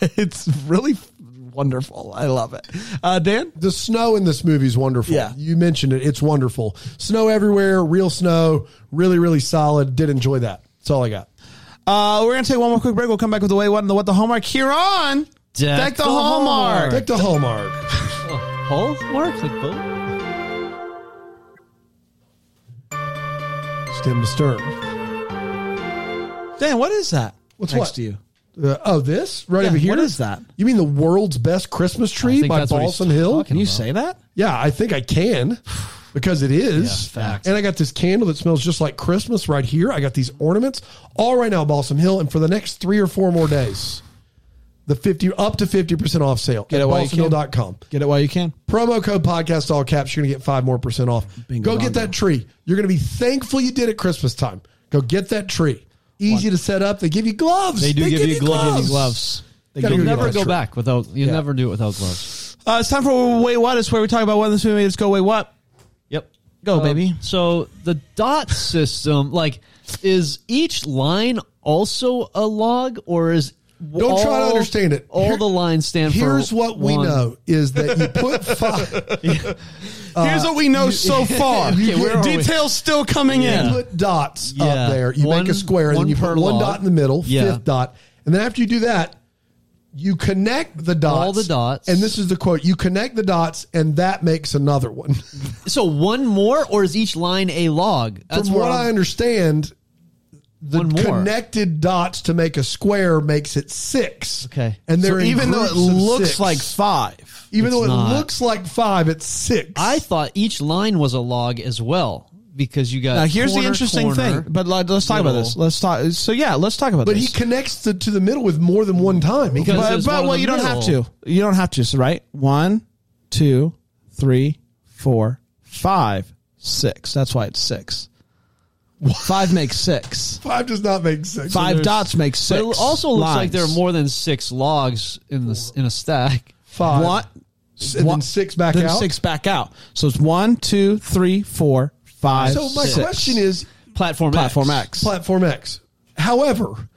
Speaker 1: it's really f- wonderful. I love it. Uh, Dan,
Speaker 5: The snow in this movie is wonderful.
Speaker 1: Yeah.
Speaker 5: You mentioned it. It's wonderful. Snow everywhere, real snow, really, really solid. Did enjoy that. That's all I got.
Speaker 1: uh, we're gonna take one more quick break. We'll come back with the way what and the what the hallmark here on
Speaker 2: Deck
Speaker 1: Deck the,
Speaker 2: the
Speaker 1: hallmark.
Speaker 2: Hallmark.
Speaker 5: Take the hallmark.
Speaker 2: Hall mark like both.
Speaker 5: Stem to stern.
Speaker 1: Dan, what is that?
Speaker 5: What's
Speaker 1: next
Speaker 5: what?
Speaker 1: to you?
Speaker 5: Uh, oh, this right
Speaker 1: Yeah,
Speaker 5: over here.
Speaker 1: what is that?
Speaker 5: You mean the world's best Christmas
Speaker 2: I
Speaker 5: tree
Speaker 2: think
Speaker 5: by
Speaker 2: that's what he's
Speaker 5: Balsam Hill?
Speaker 2: talking
Speaker 1: Can you
Speaker 2: about.
Speaker 1: say that?
Speaker 5: Yeah, I think I can because it is.
Speaker 2: Yeah, fact.
Speaker 5: And I got this candle that smells just like Christmas right here. I got these ornaments all right now, Balsam Hill, and for the next three or four more days. The 50 up to 50% off sale
Speaker 1: Get
Speaker 5: at
Speaker 1: it while you can.
Speaker 5: balsamhill.com.
Speaker 1: Get it while you can.
Speaker 5: Promo code podcast all caps. You're going to get five more percent off.
Speaker 1: Bingo
Speaker 5: Go get
Speaker 1: bongo.
Speaker 5: that tree. You're going to be thankful you did it Christmas time. Go get that tree. Easy to set up. They give you gloves.
Speaker 2: They do give you gloves. They give you gloves.
Speaker 5: They
Speaker 2: You'll
Speaker 5: give you
Speaker 2: never
Speaker 5: gloves.
Speaker 2: go back without. You'll
Speaker 5: Yeah.
Speaker 2: never do it without gloves.
Speaker 1: Uh, it's time for Wait What. It's where we talk about what in this movie made us go, Wait What?
Speaker 2: Yep.
Speaker 1: Go,
Speaker 2: Um,
Speaker 1: baby.
Speaker 2: So the dot system, like, is each line also a log, or is
Speaker 5: Don't try to understand it.
Speaker 2: All
Speaker 5: Here-
Speaker 2: the lines stand for.
Speaker 5: Here's what we
Speaker 2: one.
Speaker 5: know is that you put five.
Speaker 1: Here's what we know so far.
Speaker 2: Okay, where are we?
Speaker 1: Details still coming
Speaker 5: You
Speaker 1: in.
Speaker 5: put dots
Speaker 2: Yeah.
Speaker 5: up there. You
Speaker 2: One-
Speaker 5: make a square, and then
Speaker 2: one
Speaker 5: you put
Speaker 2: per
Speaker 5: one
Speaker 2: log.
Speaker 5: dot in the middle,
Speaker 2: Yeah.
Speaker 5: fifth dot, and then after you do that, you connect the dots.
Speaker 2: All the dots.
Speaker 5: And this is the quote: "You connect the dots, and that makes another one."
Speaker 2: So one more, or is each line a log? That's
Speaker 5: From
Speaker 2: where
Speaker 5: what
Speaker 2: I'm-
Speaker 5: I understand, the
Speaker 2: One more.
Speaker 5: connected dots to make a square makes it six.
Speaker 2: Okay.
Speaker 5: and
Speaker 2: So
Speaker 5: they're
Speaker 2: They're
Speaker 5: even though it
Speaker 6: looks like five.
Speaker 5: even though it
Speaker 2: It's not.
Speaker 5: looks like five, it's six.
Speaker 2: I thought each line was a log as well because you got.
Speaker 1: Now Uh, here's
Speaker 2: corner,
Speaker 1: the interesting
Speaker 2: corner.
Speaker 1: thing, but like, let's talk about this.
Speaker 2: middle.
Speaker 1: Let's talk. So yeah, let's talk about
Speaker 5: but
Speaker 1: this.
Speaker 5: he connects the, to the middle with more than one time. He
Speaker 2: Because
Speaker 5: can-
Speaker 1: but,
Speaker 2: there's
Speaker 1: but
Speaker 2: one in
Speaker 1: well,
Speaker 2: the
Speaker 1: you don't have
Speaker 2: middle.
Speaker 1: to. You don't have to. So right, one, two, three, four, five, six. That's why it's six. Five makes six.
Speaker 5: five does not make six.
Speaker 1: Five
Speaker 2: there's-
Speaker 1: dots makes
Speaker 2: But
Speaker 1: six.
Speaker 2: it also looks like
Speaker 1: lines.
Speaker 2: there are more than six logs in the in a stack.
Speaker 5: five,
Speaker 1: One,
Speaker 5: and
Speaker 1: one-
Speaker 5: then six back
Speaker 1: then
Speaker 5: out.
Speaker 1: six back out. So it's one, two, three, four, five.
Speaker 5: so my
Speaker 1: six.
Speaker 5: question is,
Speaker 2: Platform
Speaker 1: platform
Speaker 2: X.
Speaker 1: X.
Speaker 5: platform X. However,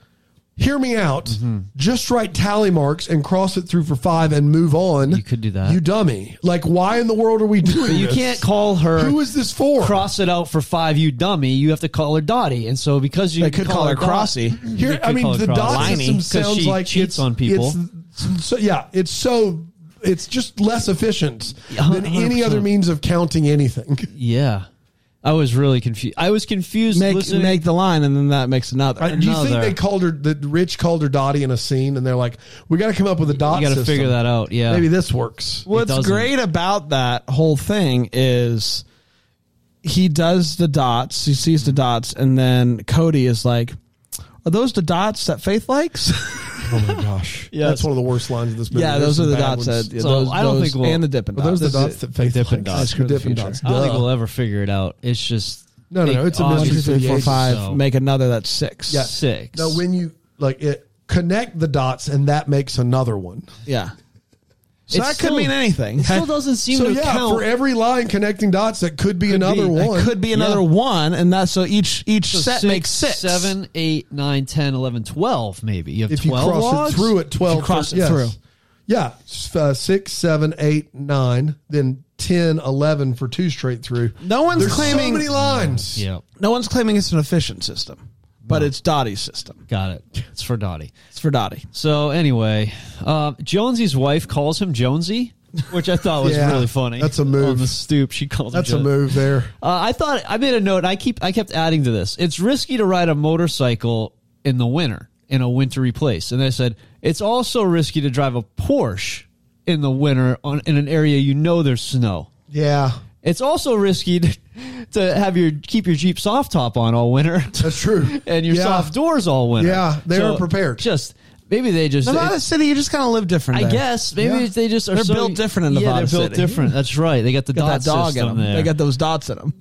Speaker 5: hear me out.
Speaker 2: Mm-hmm.
Speaker 5: Just write tally marks and cross it through for five and move on. You
Speaker 2: could do that.
Speaker 5: You dummy! Like, why in the world are we doing?
Speaker 2: You
Speaker 5: this?
Speaker 2: can't call her.
Speaker 5: Who is this for?
Speaker 2: cross it out for five? You dummy! You have to call her Dottie, and so because you
Speaker 1: They could call her Crossy.
Speaker 5: Here, I mean, the dot system sounds
Speaker 2: she
Speaker 5: like
Speaker 2: cheats
Speaker 5: it's,
Speaker 2: on people.
Speaker 5: It's, so yeah, it's so it's just less efficient than any
Speaker 2: 100%.
Speaker 5: other means of counting anything.
Speaker 2: yeah, I was really confused. I was confused.
Speaker 1: Make
Speaker 2: listening.
Speaker 1: make the line, and then that makes another.
Speaker 5: I- Do you think
Speaker 2: Another.
Speaker 5: they called her that Rich called her Dottie in a scene, and they're like, "We got to come up with a dot
Speaker 2: you got to
Speaker 5: system.
Speaker 2: figure that out. Yeah,
Speaker 5: Maybe this works."
Speaker 1: What's
Speaker 2: doesn't.
Speaker 1: great about that whole thing is he does the dots, he sees the dots, and then Cody is like, Are those the dots that Faith likes?
Speaker 5: Oh my gosh,
Speaker 2: Yes.
Speaker 5: that's one of the worst lines in this movie.
Speaker 1: yeah,
Speaker 5: There's
Speaker 1: those are
Speaker 5: some
Speaker 1: the
Speaker 5: bad
Speaker 1: dots
Speaker 5: ones.
Speaker 1: that. yeah,
Speaker 2: So,
Speaker 1: those,
Speaker 2: I don't
Speaker 1: those-
Speaker 2: think we'll-
Speaker 1: and the dipping
Speaker 5: Are
Speaker 1: dots.
Speaker 5: those the
Speaker 1: This
Speaker 5: dots
Speaker 1: is-
Speaker 5: that Faith
Speaker 2: Dippin'
Speaker 5: likes?
Speaker 2: Dots
Speaker 5: Screw
Speaker 2: for the
Speaker 5: Dippin'
Speaker 2: future.
Speaker 5: Dots.
Speaker 2: I don't think
Speaker 5: Duh.
Speaker 2: we'll ever figure it out. It's just
Speaker 5: No, no, no, it's a
Speaker 2: odd
Speaker 1: One, two,
Speaker 5: mystery
Speaker 1: three, four,
Speaker 5: ages,
Speaker 1: five.
Speaker 2: so-
Speaker 1: Make another that's six.
Speaker 5: Yeah.
Speaker 2: six.
Speaker 5: No, when you like it, connect the dots, and that makes another one.
Speaker 1: Yeah. So
Speaker 2: It's
Speaker 1: that could
Speaker 2: still-
Speaker 1: mean anything.
Speaker 2: it still doesn't seem
Speaker 5: So
Speaker 2: to
Speaker 5: yeah,
Speaker 2: count.
Speaker 5: for every line connecting dots, that could be another
Speaker 2: be. That
Speaker 5: one.
Speaker 1: It could be another
Speaker 2: Yeah.
Speaker 1: one, and that's so each each
Speaker 2: So
Speaker 1: set makes six.
Speaker 2: seven, eight, nine, 10, 11, 12 maybe. You have
Speaker 5: if you
Speaker 2: 12
Speaker 5: cross
Speaker 2: logs?
Speaker 5: it through at
Speaker 1: If
Speaker 5: twelve.
Speaker 1: you cross
Speaker 5: thir-
Speaker 1: it through.
Speaker 5: Yeah, s- uh, six, seven, eight, nine, then 10, 11 for two straight through.
Speaker 1: No one's
Speaker 5: There's
Speaker 1: claiming
Speaker 5: so many lines.
Speaker 2: Yeah,
Speaker 1: no one's claiming it's an efficient system, but it's Dottie's system.
Speaker 2: got it. It's for Dottie.
Speaker 1: It's for Dottie.
Speaker 2: So anyway, uh, Jonesy's wife calls him Jonesy, which I thought was
Speaker 5: Yeah,
Speaker 2: really funny.
Speaker 5: that's a move.
Speaker 2: On the stoop, she calls
Speaker 5: That's
Speaker 2: him
Speaker 5: a
Speaker 2: Jonesy.
Speaker 5: move there.
Speaker 2: Uh, I thought I made a note. I keep I kept adding to this. It's risky to ride a motorcycle in the winter in a wintry place, and I said it's also risky to drive a Porsche in the winter on in an area you know there's snow.
Speaker 5: Yeah,
Speaker 2: It's also risky to, to have your keep your Jeep soft top on all winter
Speaker 5: that's true.
Speaker 2: and your
Speaker 5: Yeah.
Speaker 2: soft doors all winter.
Speaker 5: Yeah, they were prepared.
Speaker 2: Just maybe they just
Speaker 1: Nevada
Speaker 2: it's-
Speaker 1: City, you just kind of live different.
Speaker 2: I
Speaker 1: there.
Speaker 2: guess maybe
Speaker 5: Yeah.
Speaker 2: they just are
Speaker 1: They're
Speaker 2: so-
Speaker 1: built different in
Speaker 2: yeah,
Speaker 1: Nevada
Speaker 2: they're built
Speaker 1: City.
Speaker 2: different. That's right. They got the
Speaker 1: Got
Speaker 2: dot
Speaker 1: that dog in
Speaker 2: system
Speaker 1: them.
Speaker 2: there.
Speaker 1: They got those dots in them.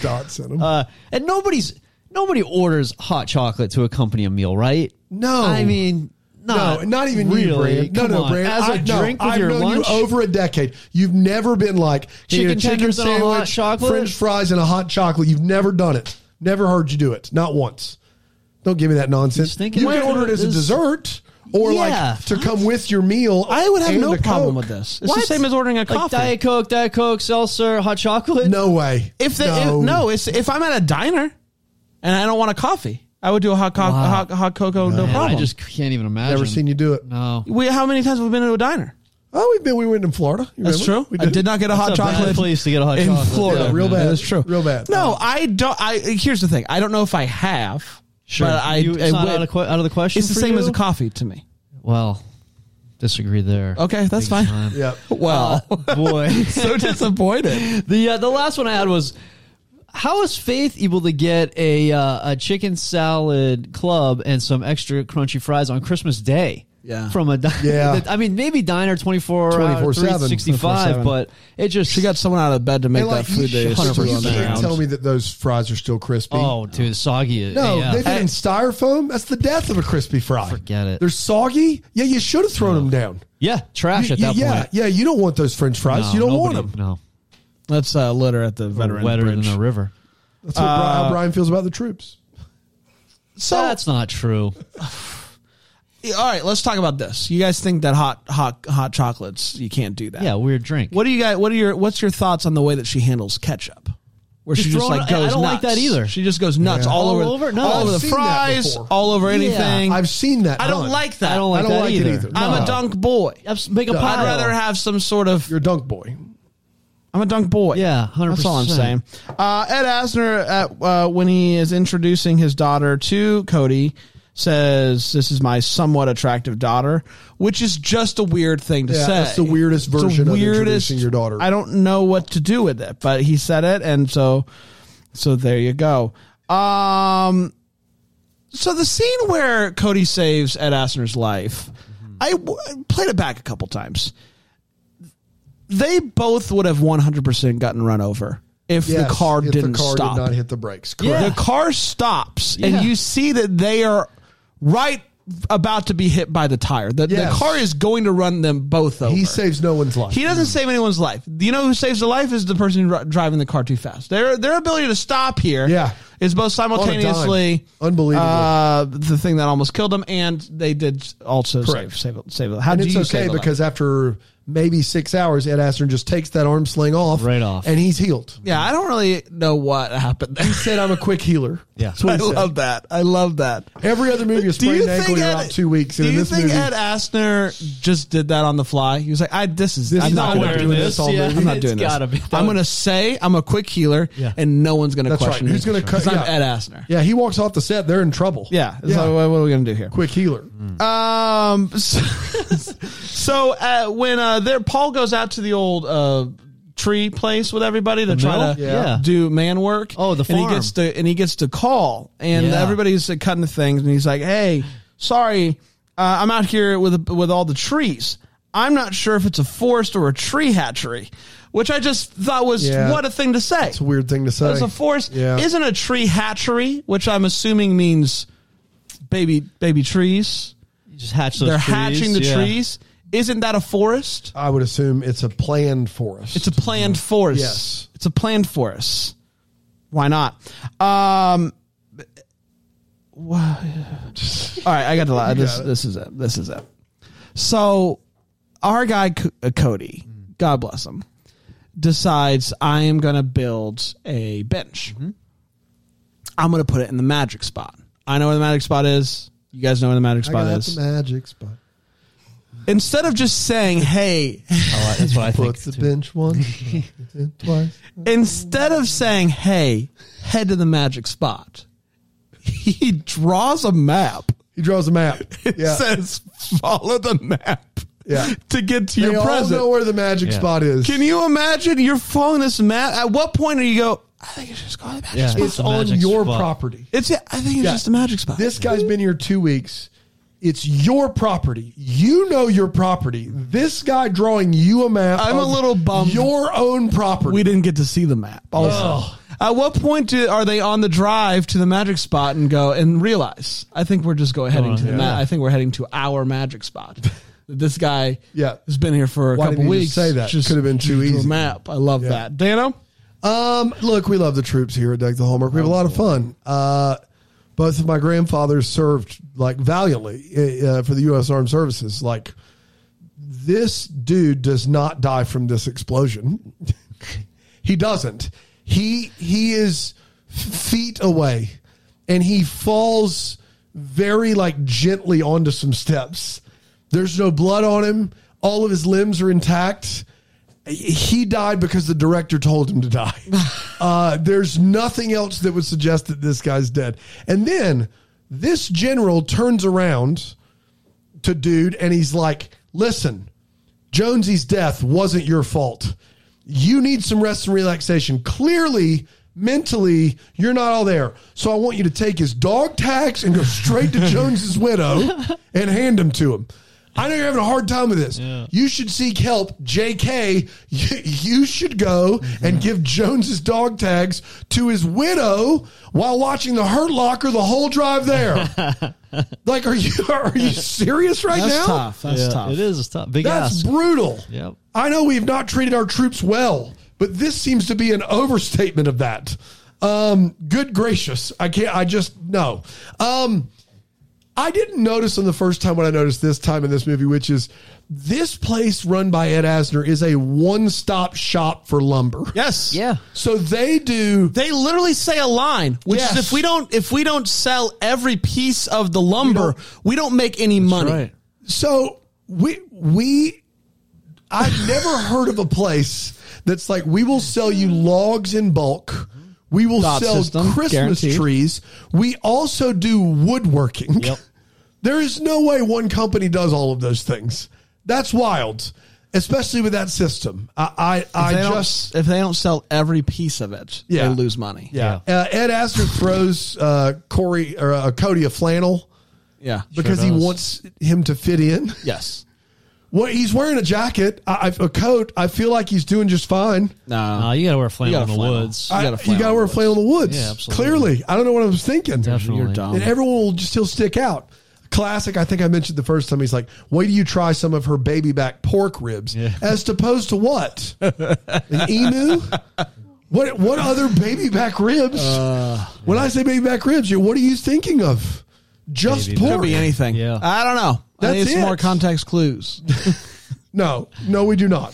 Speaker 5: dots in 'em.
Speaker 2: Uh, and nobody's nobody orders hot chocolate to accompany a meal, right?
Speaker 5: No.
Speaker 2: I mean, not
Speaker 5: no, not even
Speaker 2: really.
Speaker 5: you, Brand. No,
Speaker 2: Come
Speaker 5: no,
Speaker 2: on.
Speaker 5: Brand.
Speaker 2: As
Speaker 5: a
Speaker 2: a drink with
Speaker 5: I've
Speaker 2: your
Speaker 5: known
Speaker 2: lunch,
Speaker 5: you over a decade. You've never been like
Speaker 2: Chicken
Speaker 5: "Hey,
Speaker 2: tenders and a hot chocolate?"
Speaker 5: French fries, and a hot chocolate. You've never done it. Never heard you do it. Not once. Don't give me that nonsense.
Speaker 2: Just thinking
Speaker 5: You can
Speaker 2: about
Speaker 5: order it as a
Speaker 2: this-
Speaker 5: dessert or
Speaker 2: Yeah.
Speaker 5: like to come with your meal.
Speaker 1: I would have
Speaker 5: and
Speaker 1: no
Speaker 5: a
Speaker 1: problem
Speaker 5: Coke.
Speaker 1: with this. It's the
Speaker 2: What?
Speaker 1: same as ordering a
Speaker 2: like
Speaker 1: coffee.
Speaker 2: Diet Coke, Diet Coke, seltzer, hot chocolate.
Speaker 5: No way.
Speaker 1: if they, no,
Speaker 5: no.
Speaker 1: if, no it's, if I'm at a diner and I don't want a coffee, I would do a hot co- a hot, hot cocoa, no,
Speaker 2: Man,
Speaker 1: problem.
Speaker 2: I just can't even imagine.
Speaker 5: never seen you do it.
Speaker 2: No.
Speaker 1: we, how many times have we been to a diner?
Speaker 5: Oh, we've been. We went in Florida. You
Speaker 1: That's
Speaker 5: remember?
Speaker 1: true.
Speaker 5: We
Speaker 1: I did not get a hot
Speaker 2: That's a bad
Speaker 1: chocolate
Speaker 2: place to get a hot
Speaker 1: in
Speaker 2: chocolate.
Speaker 1: Florida.
Speaker 2: Yeah,
Speaker 5: real
Speaker 1: man.
Speaker 5: bad.
Speaker 1: That's true.
Speaker 5: Real bad.
Speaker 1: No, I don't. I here's the thing. I don't know if I have.
Speaker 2: Sure.
Speaker 1: But I,
Speaker 2: You- it's
Speaker 1: I
Speaker 2: not
Speaker 1: would-
Speaker 2: out, of, que- out of the question.
Speaker 1: it's the
Speaker 2: for
Speaker 1: same
Speaker 2: you?
Speaker 1: as a coffee to me.
Speaker 2: Well, disagree there.
Speaker 1: Okay, that's fine.
Speaker 5: Yep.
Speaker 1: Well,
Speaker 2: Uh, Boy.
Speaker 1: so disappointed.
Speaker 2: The uh, the last one I had was how is Faith able to get a uh, a chicken salad club and some extra crunchy fries on Christmas Day?
Speaker 1: Yeah.
Speaker 2: from a diner.
Speaker 5: Yeah.
Speaker 2: I mean maybe diner 24 hour
Speaker 5: 24/7.
Speaker 2: 365, but it just
Speaker 1: She got someone out of bed to make
Speaker 5: And like,
Speaker 1: that food. They
Speaker 5: you
Speaker 1: used to do on
Speaker 5: you
Speaker 1: the
Speaker 5: can't
Speaker 1: ground.
Speaker 5: tell me that those fries are still crispy.
Speaker 2: oh dude soggy.
Speaker 5: No,
Speaker 1: uh,
Speaker 2: yeah.
Speaker 5: they've been in
Speaker 2: I-
Speaker 5: styrofoam. That's the death of a crispy fry.
Speaker 2: Forget it.
Speaker 5: They're soggy. Yeah, you should have thrown them down.
Speaker 2: yeah, trash
Speaker 5: You-
Speaker 2: at that
Speaker 5: you- yeah,
Speaker 2: point.
Speaker 5: yeah, you don't want those French fries.
Speaker 2: No,
Speaker 5: you don't want
Speaker 2: nobody-
Speaker 5: them.
Speaker 2: No,
Speaker 1: Let's uh, litter at the veteran
Speaker 2: wetter
Speaker 1: bridge.
Speaker 2: than a river.
Speaker 5: That's what Bri-
Speaker 1: Uh,
Speaker 5: how Brian feels about the troops.
Speaker 1: so,
Speaker 2: That's not true.
Speaker 1: all right, let's talk about this. You guys think that hot, hot, hot chocolates? You can't do that.
Speaker 2: Yeah, weird drink.
Speaker 1: What do you guys? What are your? What's your thoughts on the way that she handles ketchup? Where she
Speaker 2: Just
Speaker 1: just
Speaker 2: throw it-
Speaker 1: like
Speaker 2: I- I
Speaker 1: goes.
Speaker 2: don't like
Speaker 1: nuts.
Speaker 2: that either.
Speaker 1: She just goes nuts all,
Speaker 2: All
Speaker 1: over,
Speaker 2: over? No,
Speaker 1: all
Speaker 2: I've
Speaker 1: over the
Speaker 5: seen that
Speaker 1: fries,
Speaker 5: before.
Speaker 1: all over anything.
Speaker 5: I've seen that.
Speaker 1: I don't
Speaker 5: done.
Speaker 1: like that.
Speaker 2: I don't like
Speaker 5: I don't
Speaker 2: that
Speaker 5: like it
Speaker 2: either.
Speaker 5: either.
Speaker 1: I'm
Speaker 5: No.
Speaker 1: a dunk boy.
Speaker 2: Make a
Speaker 1: I'd
Speaker 2: pile.
Speaker 1: rather have some sort of
Speaker 5: You're a dunk boy.
Speaker 1: I'm a dunk boy.
Speaker 2: Yeah, 100%.
Speaker 1: That's all I'm saying. Uh, Ed Asner, at, uh, when he is introducing his daughter to Cody, says, "This is my somewhat attractive daughter," which is just a weird thing to
Speaker 5: Yeah,
Speaker 1: say.
Speaker 5: that's the weirdest
Speaker 1: the
Speaker 5: version of introducing your daughter.
Speaker 1: I don't know what to do with it, but he said it, and so, so there you go. Um, so the scene where Cody saves Ed Asner's life, I w- played it back a couple times. They both would have 100% gotten run over if
Speaker 5: Yes,
Speaker 1: the car
Speaker 5: if
Speaker 1: didn't
Speaker 5: the car
Speaker 1: stop.
Speaker 5: did not hit the brakes. Correct.
Speaker 2: Yeah.
Speaker 1: The car stops,
Speaker 2: Yeah.
Speaker 1: and you see that they are right about to be hit by the tire. The,
Speaker 5: Yes.
Speaker 1: the car is going to run them both over.
Speaker 5: He saves no one's life.
Speaker 1: He doesn't save anyone's life. You know who saves the life is the person dri- driving the car too fast. Their their ability to stop here
Speaker 5: Yeah.
Speaker 1: is both simultaneously
Speaker 5: Unbelievable.
Speaker 1: uh, the thing that almost killed them, and they did also
Speaker 5: Correct.
Speaker 1: save save save. How
Speaker 5: and
Speaker 1: do
Speaker 5: it's
Speaker 1: you
Speaker 5: okay
Speaker 1: save a life?
Speaker 5: because after maybe six hours, Ed Asner just takes that arm sling off,
Speaker 2: Right off.
Speaker 5: and he's healed.
Speaker 1: yeah, I don't really know what happened. There.
Speaker 5: Said I'm a quick healer.
Speaker 2: Yeah.
Speaker 5: That's what
Speaker 1: I
Speaker 5: he said.
Speaker 1: love that. I love that.
Speaker 5: Every other movie is sprained ankle. You're out two weeks.
Speaker 1: Do
Speaker 5: And in
Speaker 1: you
Speaker 5: this
Speaker 1: think
Speaker 5: movie,
Speaker 1: Ed Asner just did that on the fly? He was like, "I this is
Speaker 5: This
Speaker 1: I'm
Speaker 5: is
Speaker 1: not,
Speaker 5: not
Speaker 1: gonna
Speaker 5: where
Speaker 1: do
Speaker 5: this-
Speaker 1: this.
Speaker 5: all movie.
Speaker 1: I'm not doing
Speaker 2: it's Gotta be
Speaker 1: this. I'm gonna say I'm a quick healer,
Speaker 2: Yeah.
Speaker 1: and no one's gonna
Speaker 5: That's right.
Speaker 1: question me
Speaker 5: Who's gonna cut-
Speaker 1: 'cause I'm
Speaker 5: yeah.
Speaker 1: Ed Asner.
Speaker 5: yeah, he walks off the set. They're in trouble.
Speaker 1: Yeah.
Speaker 5: Yeah.
Speaker 1: So uh, what are we gonna do here?
Speaker 5: quick healer.
Speaker 1: Um. So, so, uh, when uh, there, Paul goes out to the old uh, tree place with everybody to try to
Speaker 2: mill? Yeah.
Speaker 1: do man work.
Speaker 2: Oh, the
Speaker 1: and
Speaker 2: farm.
Speaker 1: he gets the and he gets the call, and
Speaker 2: Yeah.
Speaker 1: everybody's uh, cutting the things, and he's like, "Hey, sorry, uh, I'm out here with with all the trees. I'm not sure if it's a forest or a tree hatchery." Which I just thought was
Speaker 5: Yeah.
Speaker 1: what a thing to say.
Speaker 5: It's a weird thing to say.
Speaker 1: It's a forest.
Speaker 5: Yeah.
Speaker 1: Isn't a tree hatchery, which I'm assuming means baby baby trees.
Speaker 2: Just hatch those
Speaker 1: They're
Speaker 2: trees.
Speaker 1: hatching the
Speaker 2: yeah.
Speaker 1: trees. Isn't that a forest?
Speaker 5: I would assume it's a planned forest.
Speaker 1: It's a planned forest.
Speaker 5: Yes.
Speaker 1: It's a planned forest. Why not? Um wow. All right, I got to lie. This this is it. This is it. So our guy C- uh, Cody, God bless him, decides I am going to build a bench. I'm going to put it in the magic spot. I know where the magic spot is. You guys know where the magic
Speaker 5: I
Speaker 1: spot
Speaker 5: got
Speaker 1: is.
Speaker 5: the magic spot.
Speaker 1: Instead of just saying, "Hey,
Speaker 2: Oh, that's what I
Speaker 5: Put
Speaker 2: think.
Speaker 5: the
Speaker 2: too.
Speaker 5: bench once, and twice.
Speaker 1: instead of saying, hey, head to the magic spot, he draws a map.
Speaker 5: He draws a map.
Speaker 1: It
Speaker 5: Yeah.
Speaker 1: says, follow the map
Speaker 5: Yeah.
Speaker 1: to get to
Speaker 5: they
Speaker 1: your
Speaker 5: all
Speaker 1: present.
Speaker 5: know where the magic
Speaker 2: Yeah.
Speaker 5: spot is.
Speaker 1: Can you imagine? You're following this map. At what point do you go, I think it's just called the magic
Speaker 2: Yeah.
Speaker 1: spot?
Speaker 5: it's
Speaker 2: the
Speaker 5: on
Speaker 2: magic
Speaker 5: your
Speaker 2: spot.
Speaker 5: property.
Speaker 1: It's, I think it's
Speaker 5: Yeah.
Speaker 1: just the magic spot.
Speaker 5: This guy's been here two weeks. It's your property. You know your property. This guy drawing you a map.
Speaker 1: I'm a
Speaker 5: of
Speaker 1: little bummed.
Speaker 5: Your own property.
Speaker 1: we didn't get to see the map. Also. At what point do, are they on the drive to the magic spot and go and realize? I think we're just going heading
Speaker 2: on,
Speaker 1: to the.
Speaker 2: yeah.
Speaker 1: Ma- I think we're heading to our magic spot. this guy,
Speaker 5: Yeah.
Speaker 1: has been here for a
Speaker 5: Why
Speaker 1: couple
Speaker 5: didn't you
Speaker 1: weeks.
Speaker 5: just say that? Could've been too
Speaker 1: drew a
Speaker 5: easy.
Speaker 1: map. I love that. Dano,
Speaker 5: Um, look, we love the troops here at Deck the Hallmark. We have a lot of fun. Uh, both of my grandfathers served like valiantly uh, for the U.S. Armed Services. Like this dude does not die from this explosion. he doesn't. He he is feet away, and he falls very like gently onto some steps. There's no blood on him. All of his limbs are intact he died because the director told him to die. Uh, there's nothing else that would suggest that this guy's dead. And then this general turns around to dude and he's like, listen, Jonesy's death wasn't your fault. You need some rest and relaxation. Clearly, mentally, you're not all there. So I want you to take his dog tags and go straight to Jones's widow and hand them to him. I know you're having a hard time with this. You should seek help. JK, you, you should go and give Jones's dog tags to his widow while watching the Hurt Locker the whole drive there. like, are you are you serious right
Speaker 1: that's
Speaker 5: now?
Speaker 1: tough. That's
Speaker 2: Yeah,
Speaker 1: tough.
Speaker 2: It is it's tough. Big
Speaker 5: That's
Speaker 2: ass.
Speaker 5: brutal.
Speaker 2: Yep.
Speaker 5: I know we've not treated our troops well, but this seems to be an overstatement of that. Um, good gracious. I can't, I just, no. Um, I didn't notice on the first time what I noticed this time in this movie, which is this place run by Ed Asner is a one stop shop for lumber.
Speaker 1: Yes.
Speaker 2: Yeah.
Speaker 5: So they do,
Speaker 1: They literally say a line, which
Speaker 5: Yes.
Speaker 1: is if we don't if we don't sell every piece of the lumber, we don't, make any money.
Speaker 2: right.
Speaker 5: so we, we, I've never heard of a place that's like we will sell you logs in bulk. We will
Speaker 1: Dot
Speaker 5: sell
Speaker 1: system,
Speaker 5: Christmas
Speaker 1: guaranteed.
Speaker 5: trees. We also do woodworking.
Speaker 2: Yep.
Speaker 5: there is no way one company does all of those things. That's wild, especially with that system. I I, I
Speaker 1: They don't-
Speaker 5: just
Speaker 1: if they don't sell every piece of it,
Speaker 5: Yeah.
Speaker 1: they lose money.
Speaker 5: yeah. Uh, Ed Astor throws uh, Corey or uh, Cody a flannel
Speaker 1: yeah.
Speaker 5: because he
Speaker 2: does.
Speaker 5: wants him to fit in.
Speaker 1: yes,
Speaker 5: Well, he's wearing a jacket, I, I, a coat. I feel like he's doing just fine.
Speaker 1: no,
Speaker 2: Oh, you gotta wear flannel
Speaker 1: gotta
Speaker 2: in the
Speaker 1: flannel.
Speaker 2: woods.
Speaker 1: You
Speaker 5: I-
Speaker 1: gotta flannel
Speaker 5: you gotta
Speaker 1: in
Speaker 5: wear a
Speaker 1: the
Speaker 5: flannel in the woods.
Speaker 2: Yeah, absolutely.
Speaker 5: Clearly, I don't know what I was thinking.
Speaker 2: Definitely.
Speaker 1: you're dumb.
Speaker 5: And everyone will just he'll stick out. Classic. I think I mentioned the first time. He's like, "Wait, do you try some of her baby back pork ribs?"
Speaker 2: Yeah.
Speaker 5: As opposed to what? An emu? What? What other baby back ribs?
Speaker 2: Uh,
Speaker 5: when I say baby back ribs, you what are you thinking of? Just
Speaker 2: Baby back
Speaker 5: pork?
Speaker 1: Could be anything.
Speaker 2: Yeah.
Speaker 1: I don't know. I need
Speaker 5: That's
Speaker 1: some
Speaker 5: it.
Speaker 1: more context clues.
Speaker 5: No, no, we do not.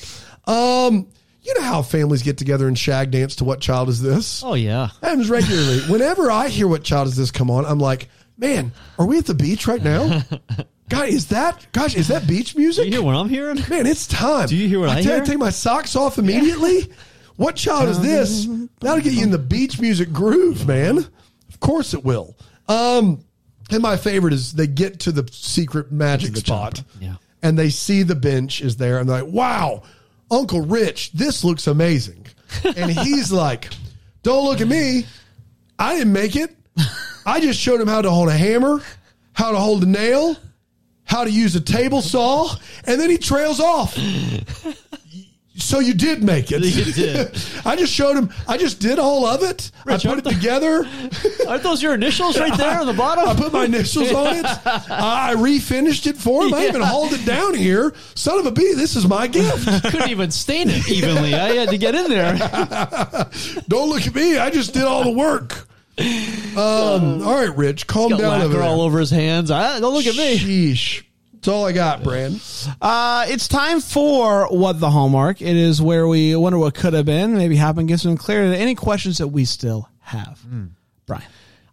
Speaker 5: Um, you know how families get together and shag dance to "What Child Is This?"
Speaker 2: Oh yeah.
Speaker 5: That happens regularly. Whenever I hear what child is this come on, I'm like, man, are we at the beach right now? God, is that gosh, is that beach
Speaker 2: Do
Speaker 5: music?
Speaker 2: you hear what I'm hearing?
Speaker 5: man, it's time.
Speaker 2: Do you hear what I
Speaker 5: ta-
Speaker 2: hear?
Speaker 5: take my socks off immediately. What child is this? That'll get you in the beach music groove, man. Of course it will. Um, and my favorite is they get to the secret magic spot.
Speaker 2: Yeah.
Speaker 5: And they see the bench is there and they're like, wow, Uncle Rich, this looks amazing. And he's like, don't look at me. I didn't make it. I just showed him how to hold a hammer, how to hold a nail, how to use a table saw, and then he trails off. so you did make it.
Speaker 2: You did.
Speaker 5: I just showed him. I just did all of it.
Speaker 2: Rich,
Speaker 5: I
Speaker 2: aren't
Speaker 5: put it together.
Speaker 2: Aren't those your initials right there on the bottom?
Speaker 5: I put my initials on it. I refinished it for him. I even hauled it down here. Son of a bee, this is my gift.
Speaker 2: couldn't even stain it evenly. I had to get in there.
Speaker 5: Don't look at me. I just did all the work. Um, all right, Rich, calm
Speaker 2: Got
Speaker 5: down over
Speaker 2: lacquer
Speaker 5: there.
Speaker 2: all over his hands. I, don't look at me.
Speaker 5: Sheesh. That's all I got, Bran.
Speaker 1: Uh, it's time for What the Hallmark. It is where we wonder what could have been, maybe happened, get some clarity to any questions that we still have. Brian.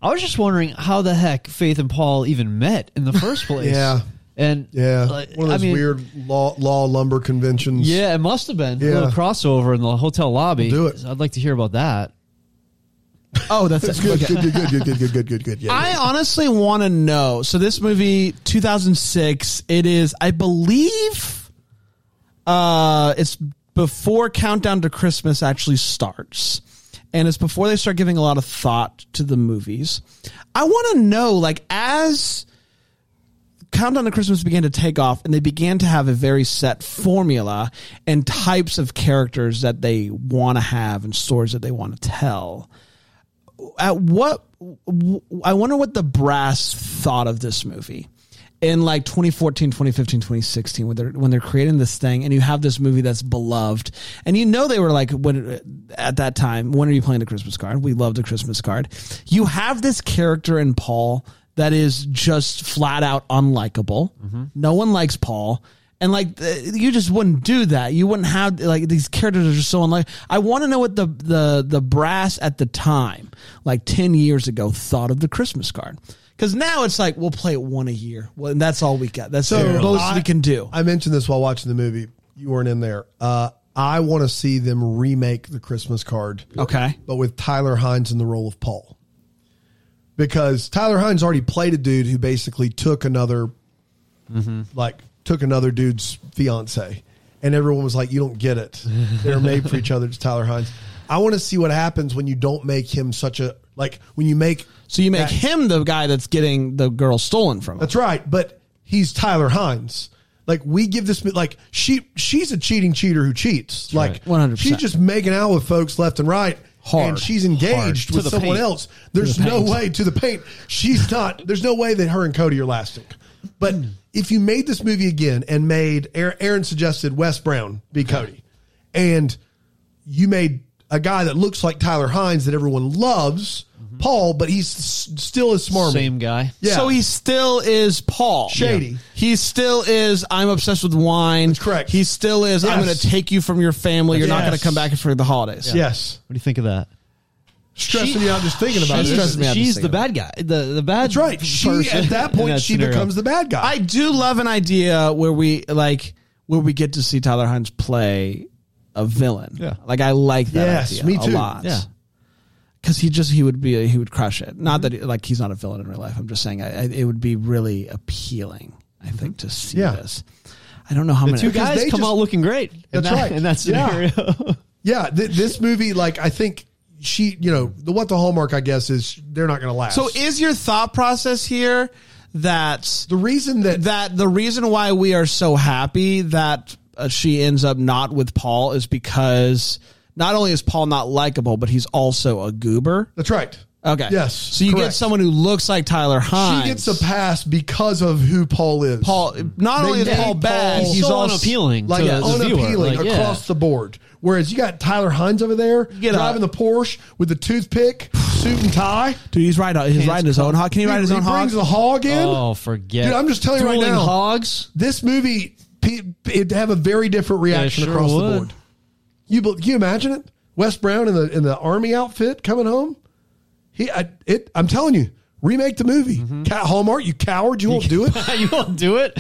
Speaker 2: I was just wondering how the heck Faith and Paul even met in the first place.
Speaker 5: Yeah.
Speaker 2: And
Speaker 5: Yeah,
Speaker 2: like,
Speaker 5: one of
Speaker 2: Uh, I
Speaker 5: those
Speaker 2: mean,
Speaker 5: weird law, law lumber conventions.
Speaker 2: Yeah, it must have been
Speaker 5: Yeah.
Speaker 2: a little crossover in the hotel lobby.
Speaker 5: We'll do it.
Speaker 2: I'd like to hear about that.
Speaker 1: Oh, that's
Speaker 5: it's
Speaker 1: it.
Speaker 5: good,
Speaker 1: Okay.
Speaker 5: good, good, good, good, good, good, good, good. Yeah,
Speaker 1: I honestly want to know. So this movie, 2006, it is, I believe, uh, it's before Countdown to Christmas actually starts, and it's before they start giving a lot of thought to the movies. I want to know, like, as Countdown to Christmas began to take off, and they began to have a very set formula and types of characters that they want to have and stories that they want to tell at what w- I wonder what the brass thought of this movie in like 2014 2015 2016 when they're when they're creating this thing and you have this movie that's beloved and you know they were like when at that time when are you playing the christmas card we love the christmas card you have this character in paul that is just flat out unlikable no one likes paul and like th- you just wouldn't do that. You wouldn't have like these characters are just so unlike. I want to know what the the the brass at the time, like ten years ago, thought of the Christmas card. Because now it's like we'll play it one a year. Well, and that's all we got. That's the most we can do.
Speaker 5: I mentioned this while watching the movie. You weren't in there. Uh, I want to see them remake the Christmas card,
Speaker 1: okay.
Speaker 5: but with Tyler Hines in the role of Paul, because Tyler Hines already played a dude who basically took another,
Speaker 1: Mm-hmm.
Speaker 5: like took another dude's fiance, and everyone was like, "You don't get it. They're made for each other." It's Tyler Hines. I want to see what happens when you don't make him such a like when you make
Speaker 1: So you make
Speaker 5: that-
Speaker 1: him the guy that's getting the girl stolen from. Him.
Speaker 5: That's right, but he's Tyler Hines. Like we give this like she she's a cheating cheater who cheats. Like
Speaker 1: right. 100%.
Speaker 5: she's just making out with folks left and right.
Speaker 1: Hard.
Speaker 5: And she's engaged
Speaker 2: To
Speaker 5: with
Speaker 2: the
Speaker 5: someone
Speaker 2: paint.
Speaker 5: else. There's
Speaker 1: To the
Speaker 5: no
Speaker 1: paint.
Speaker 5: way to the paint. She's not. There's no way that her and Cody are lasting. But
Speaker 1: Hmm.
Speaker 5: if you made this movie again and made Aaron, Aaron suggested Wes Brown be Cody, and you made a guy that looks like Tyler Hines that everyone loves, Paul, but he's s- still as smarmy.
Speaker 2: Same guy.
Speaker 5: Yeah.
Speaker 1: Mm-hmm. So he still is Paul.
Speaker 5: Shady. Yeah.
Speaker 1: He still is. I'm obsessed with wine. That's
Speaker 5: correct.
Speaker 1: He still is. I'm
Speaker 5: Yes.
Speaker 1: going to take you from your family. You're not
Speaker 5: Yes.
Speaker 1: going to come back for the holidays.
Speaker 5: Yes.
Speaker 2: What do you think of that?
Speaker 5: stressing me out just thinking about
Speaker 1: She's-
Speaker 5: it.
Speaker 1: stresses me out
Speaker 2: She's
Speaker 1: just
Speaker 2: the bad guy. The the bad.
Speaker 5: That's right. She
Speaker 2: person
Speaker 5: at that
Speaker 2: in
Speaker 5: point
Speaker 2: that
Speaker 5: she
Speaker 2: scenario.
Speaker 5: becomes the bad guy.
Speaker 1: I do love an idea where we like where we get to see Tyler Hines play a villain.
Speaker 2: Yeah.
Speaker 1: Like I like that
Speaker 5: Yes,
Speaker 1: idea
Speaker 5: me
Speaker 1: a
Speaker 5: too.
Speaker 1: lot.
Speaker 2: Yeah.
Speaker 1: Cause he just he would be he would crush it. Not
Speaker 2: Mm-hmm.
Speaker 1: that like he's not a villain in real life. I'm just saying I, I, it would be really appealing. I think to see
Speaker 5: Yeah.
Speaker 1: this. I don't know how
Speaker 2: Mm-hmm. The
Speaker 1: many
Speaker 2: two guys
Speaker 5: they
Speaker 2: come
Speaker 5: just-
Speaker 2: out looking great. in
Speaker 5: That's
Speaker 2: that,
Speaker 5: right.
Speaker 2: In that
Speaker 5: Yeah.
Speaker 2: scenario.
Speaker 5: Yeah, th- this movie, like I think she, you know, the what the hallmark I guess is they're not going to last.
Speaker 1: So is your thought process here that
Speaker 5: the reason that,
Speaker 1: that the reason why we are so happy that uh, she ends up not with Paul is because not only is Paul not likable, but he's also a goober.
Speaker 5: that's right.
Speaker 1: Okay.
Speaker 5: Yes.
Speaker 1: So you get
Speaker 5: correct.
Speaker 1: someone who looks like Tyler Hines.
Speaker 5: She gets a pass because of who Paul is.
Speaker 1: Paul. Not
Speaker 5: They
Speaker 1: only is
Speaker 5: made
Speaker 1: Paul bad,
Speaker 5: Paul
Speaker 1: he's
Speaker 2: so
Speaker 1: also
Speaker 2: unappealing.
Speaker 5: Like
Speaker 2: to the viewer.
Speaker 5: unappealing
Speaker 2: Like, yeah.
Speaker 5: across the board. Whereas you got Tyler Hines over there
Speaker 1: get a-
Speaker 5: driving the Porsche with the toothpick, suit and tie.
Speaker 1: Dude, he's riding. He's riding his own hog. Can he ride his own
Speaker 5: he
Speaker 1: hog?
Speaker 5: brings the hog in.
Speaker 2: Oh, forget.
Speaker 5: Dude, I'm just telling you right
Speaker 2: Dueling
Speaker 5: now.
Speaker 2: hogs.
Speaker 5: This movie, pe- it'd have a very different reaction
Speaker 2: sure
Speaker 5: across
Speaker 2: would.
Speaker 5: the board. You bel- can you imagine it? Wes Brown in the in the army outfit coming home. He, I, it. I'm telling you, remake the movie. Ca- Hallmark, you coward, you won't do it.
Speaker 2: you won't do it.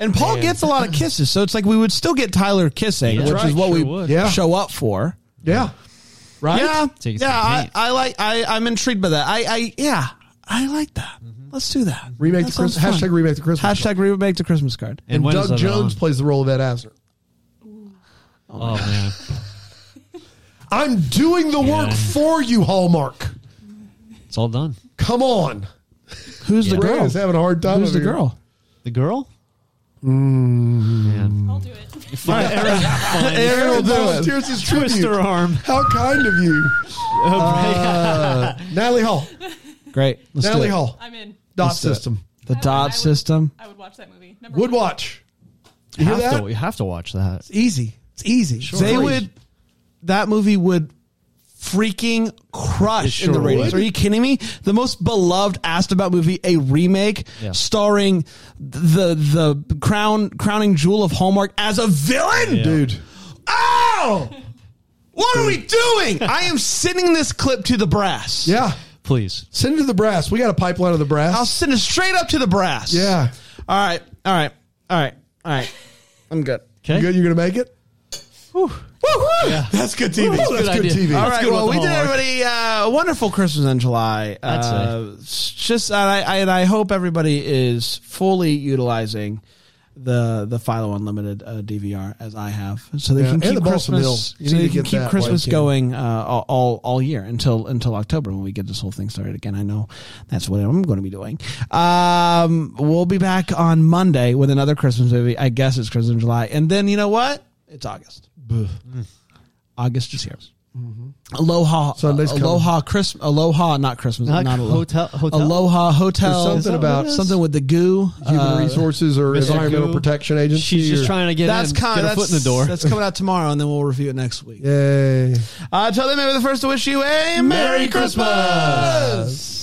Speaker 1: and Paul gets a lot of kisses, so it's like we would still get Tyler kissing,
Speaker 2: That's
Speaker 1: which
Speaker 2: right,
Speaker 1: is what
Speaker 2: sure
Speaker 1: we
Speaker 2: would.
Speaker 5: Yeah.
Speaker 1: show up for.
Speaker 5: Yeah, right.
Speaker 1: Yeah,
Speaker 2: Take us
Speaker 1: yeah.
Speaker 2: to the
Speaker 1: I,
Speaker 2: paint.
Speaker 1: I like. I, I'm intrigued by that. I, I yeah. I like that.
Speaker 2: Mm-hmm.
Speaker 1: Let's do that.
Speaker 5: Remake
Speaker 1: That
Speaker 5: the Christmas.
Speaker 1: sounds fun.
Speaker 5: Hashtag remake the Christmas.
Speaker 1: Hashtag remake the Christmas card.
Speaker 5: And,
Speaker 2: when is
Speaker 5: Doug
Speaker 2: that
Speaker 5: Jones
Speaker 2: on?
Speaker 5: plays the role of Ed Asner.
Speaker 2: Oh man.
Speaker 5: I'm doing the work
Speaker 2: Yeah.
Speaker 5: for you, Hallmark.
Speaker 2: It's all done.
Speaker 5: Come on.
Speaker 1: Who's the girl?
Speaker 5: Brandon's having a hard time.
Speaker 1: Who's the
Speaker 5: over here.
Speaker 1: girl?
Speaker 2: The girl? Mm.
Speaker 7: I'll do it.
Speaker 1: Aaron will do it.
Speaker 5: Volunteers his
Speaker 2: Twist her
Speaker 5: tribute.
Speaker 2: arm.
Speaker 5: How kind of you, Uh, Natalie Hall.
Speaker 1: Great. Let's
Speaker 5: Natalie
Speaker 1: do it.
Speaker 5: Hall.
Speaker 7: I'm in.
Speaker 5: Dot
Speaker 1: Let's do it.
Speaker 5: system.
Speaker 1: The
Speaker 7: I would- I
Speaker 1: dot
Speaker 7: would-
Speaker 1: system.
Speaker 7: I would watch that movie. Number
Speaker 5: Would
Speaker 7: one.
Speaker 5: watch.
Speaker 2: You
Speaker 5: hear
Speaker 2: have
Speaker 5: that?
Speaker 2: to, you have to watch that.
Speaker 1: Easy. It's easy. They
Speaker 2: Free.
Speaker 1: would. That movie would freaking crush
Speaker 2: It
Speaker 1: in the
Speaker 2: sure
Speaker 1: ratings.
Speaker 2: would.
Speaker 1: Are you kidding me? The most beloved asked about movie, a remake
Speaker 2: Yeah.
Speaker 1: starring the the crown crowning jewel of Hallmark as a villain.
Speaker 5: Dude.
Speaker 1: Oh, what are we doing? I am sending this clip to the brass.
Speaker 5: Yeah.
Speaker 2: Please.
Speaker 5: Send it to the brass. We got a pipeline of the brass.
Speaker 1: I'll send it straight up to the brass.
Speaker 5: yeah.
Speaker 1: All right. All right. All right. All right. I'm good.
Speaker 5: You
Speaker 2: Okay.
Speaker 5: good? You're going to make it?
Speaker 1: Woo-hoo!
Speaker 5: That's good TV. that's
Speaker 2: Good
Speaker 5: good,
Speaker 2: idea.
Speaker 5: TV.
Speaker 1: All
Speaker 2: That's
Speaker 1: right.
Speaker 2: good
Speaker 1: Well,
Speaker 2: with
Speaker 1: we
Speaker 2: the
Speaker 1: did
Speaker 2: Hallmark.
Speaker 1: everybody uh, a wonderful Christmas in July.
Speaker 2: I'd say.
Speaker 1: Uh, s- just and I, I and I hope everybody is fully utilizing the the Philo Unlimited uh, DVR as I have, so they
Speaker 5: Yeah,
Speaker 1: can
Speaker 5: and
Speaker 1: keep
Speaker 5: the Balsam Hill.
Speaker 1: Christmas.
Speaker 5: You
Speaker 1: so
Speaker 5: need
Speaker 1: they
Speaker 5: to
Speaker 1: can
Speaker 5: get
Speaker 1: keep
Speaker 5: that
Speaker 1: Christmas
Speaker 5: while you can.
Speaker 1: going uh, all- all all year until until October when we get this whole thing started again. I know that's what I'm going to be doing. Um, we'll be back on Monday with another Christmas movie. I guess it's Christmas in July, and then you know what? It's August. August is here. Mm-hmm. Aloha, uh,
Speaker 5: Sunday's coming.
Speaker 1: Aloha, Christmas, Aloha, not Christmas,
Speaker 2: Not
Speaker 1: not, Aloha.
Speaker 2: hotel- hotel?
Speaker 1: Aloha Hotel.
Speaker 5: There's something
Speaker 1: Is that what
Speaker 5: about-
Speaker 1: it is? something with the goo.
Speaker 5: Human
Speaker 1: Uh,
Speaker 5: Resources or
Speaker 2: Mr.
Speaker 5: Environmental
Speaker 2: Goo.
Speaker 5: Protection Agency.
Speaker 2: She's just
Speaker 5: or-
Speaker 2: trying to get,
Speaker 1: that's
Speaker 2: in,
Speaker 1: kind
Speaker 2: get
Speaker 1: of
Speaker 2: a foot in the door.
Speaker 1: That's coming out tomorrow, and then we'll review it next week.
Speaker 5: Yay.
Speaker 1: Uh, tell them maybe the first to wish you a Merry Christmas.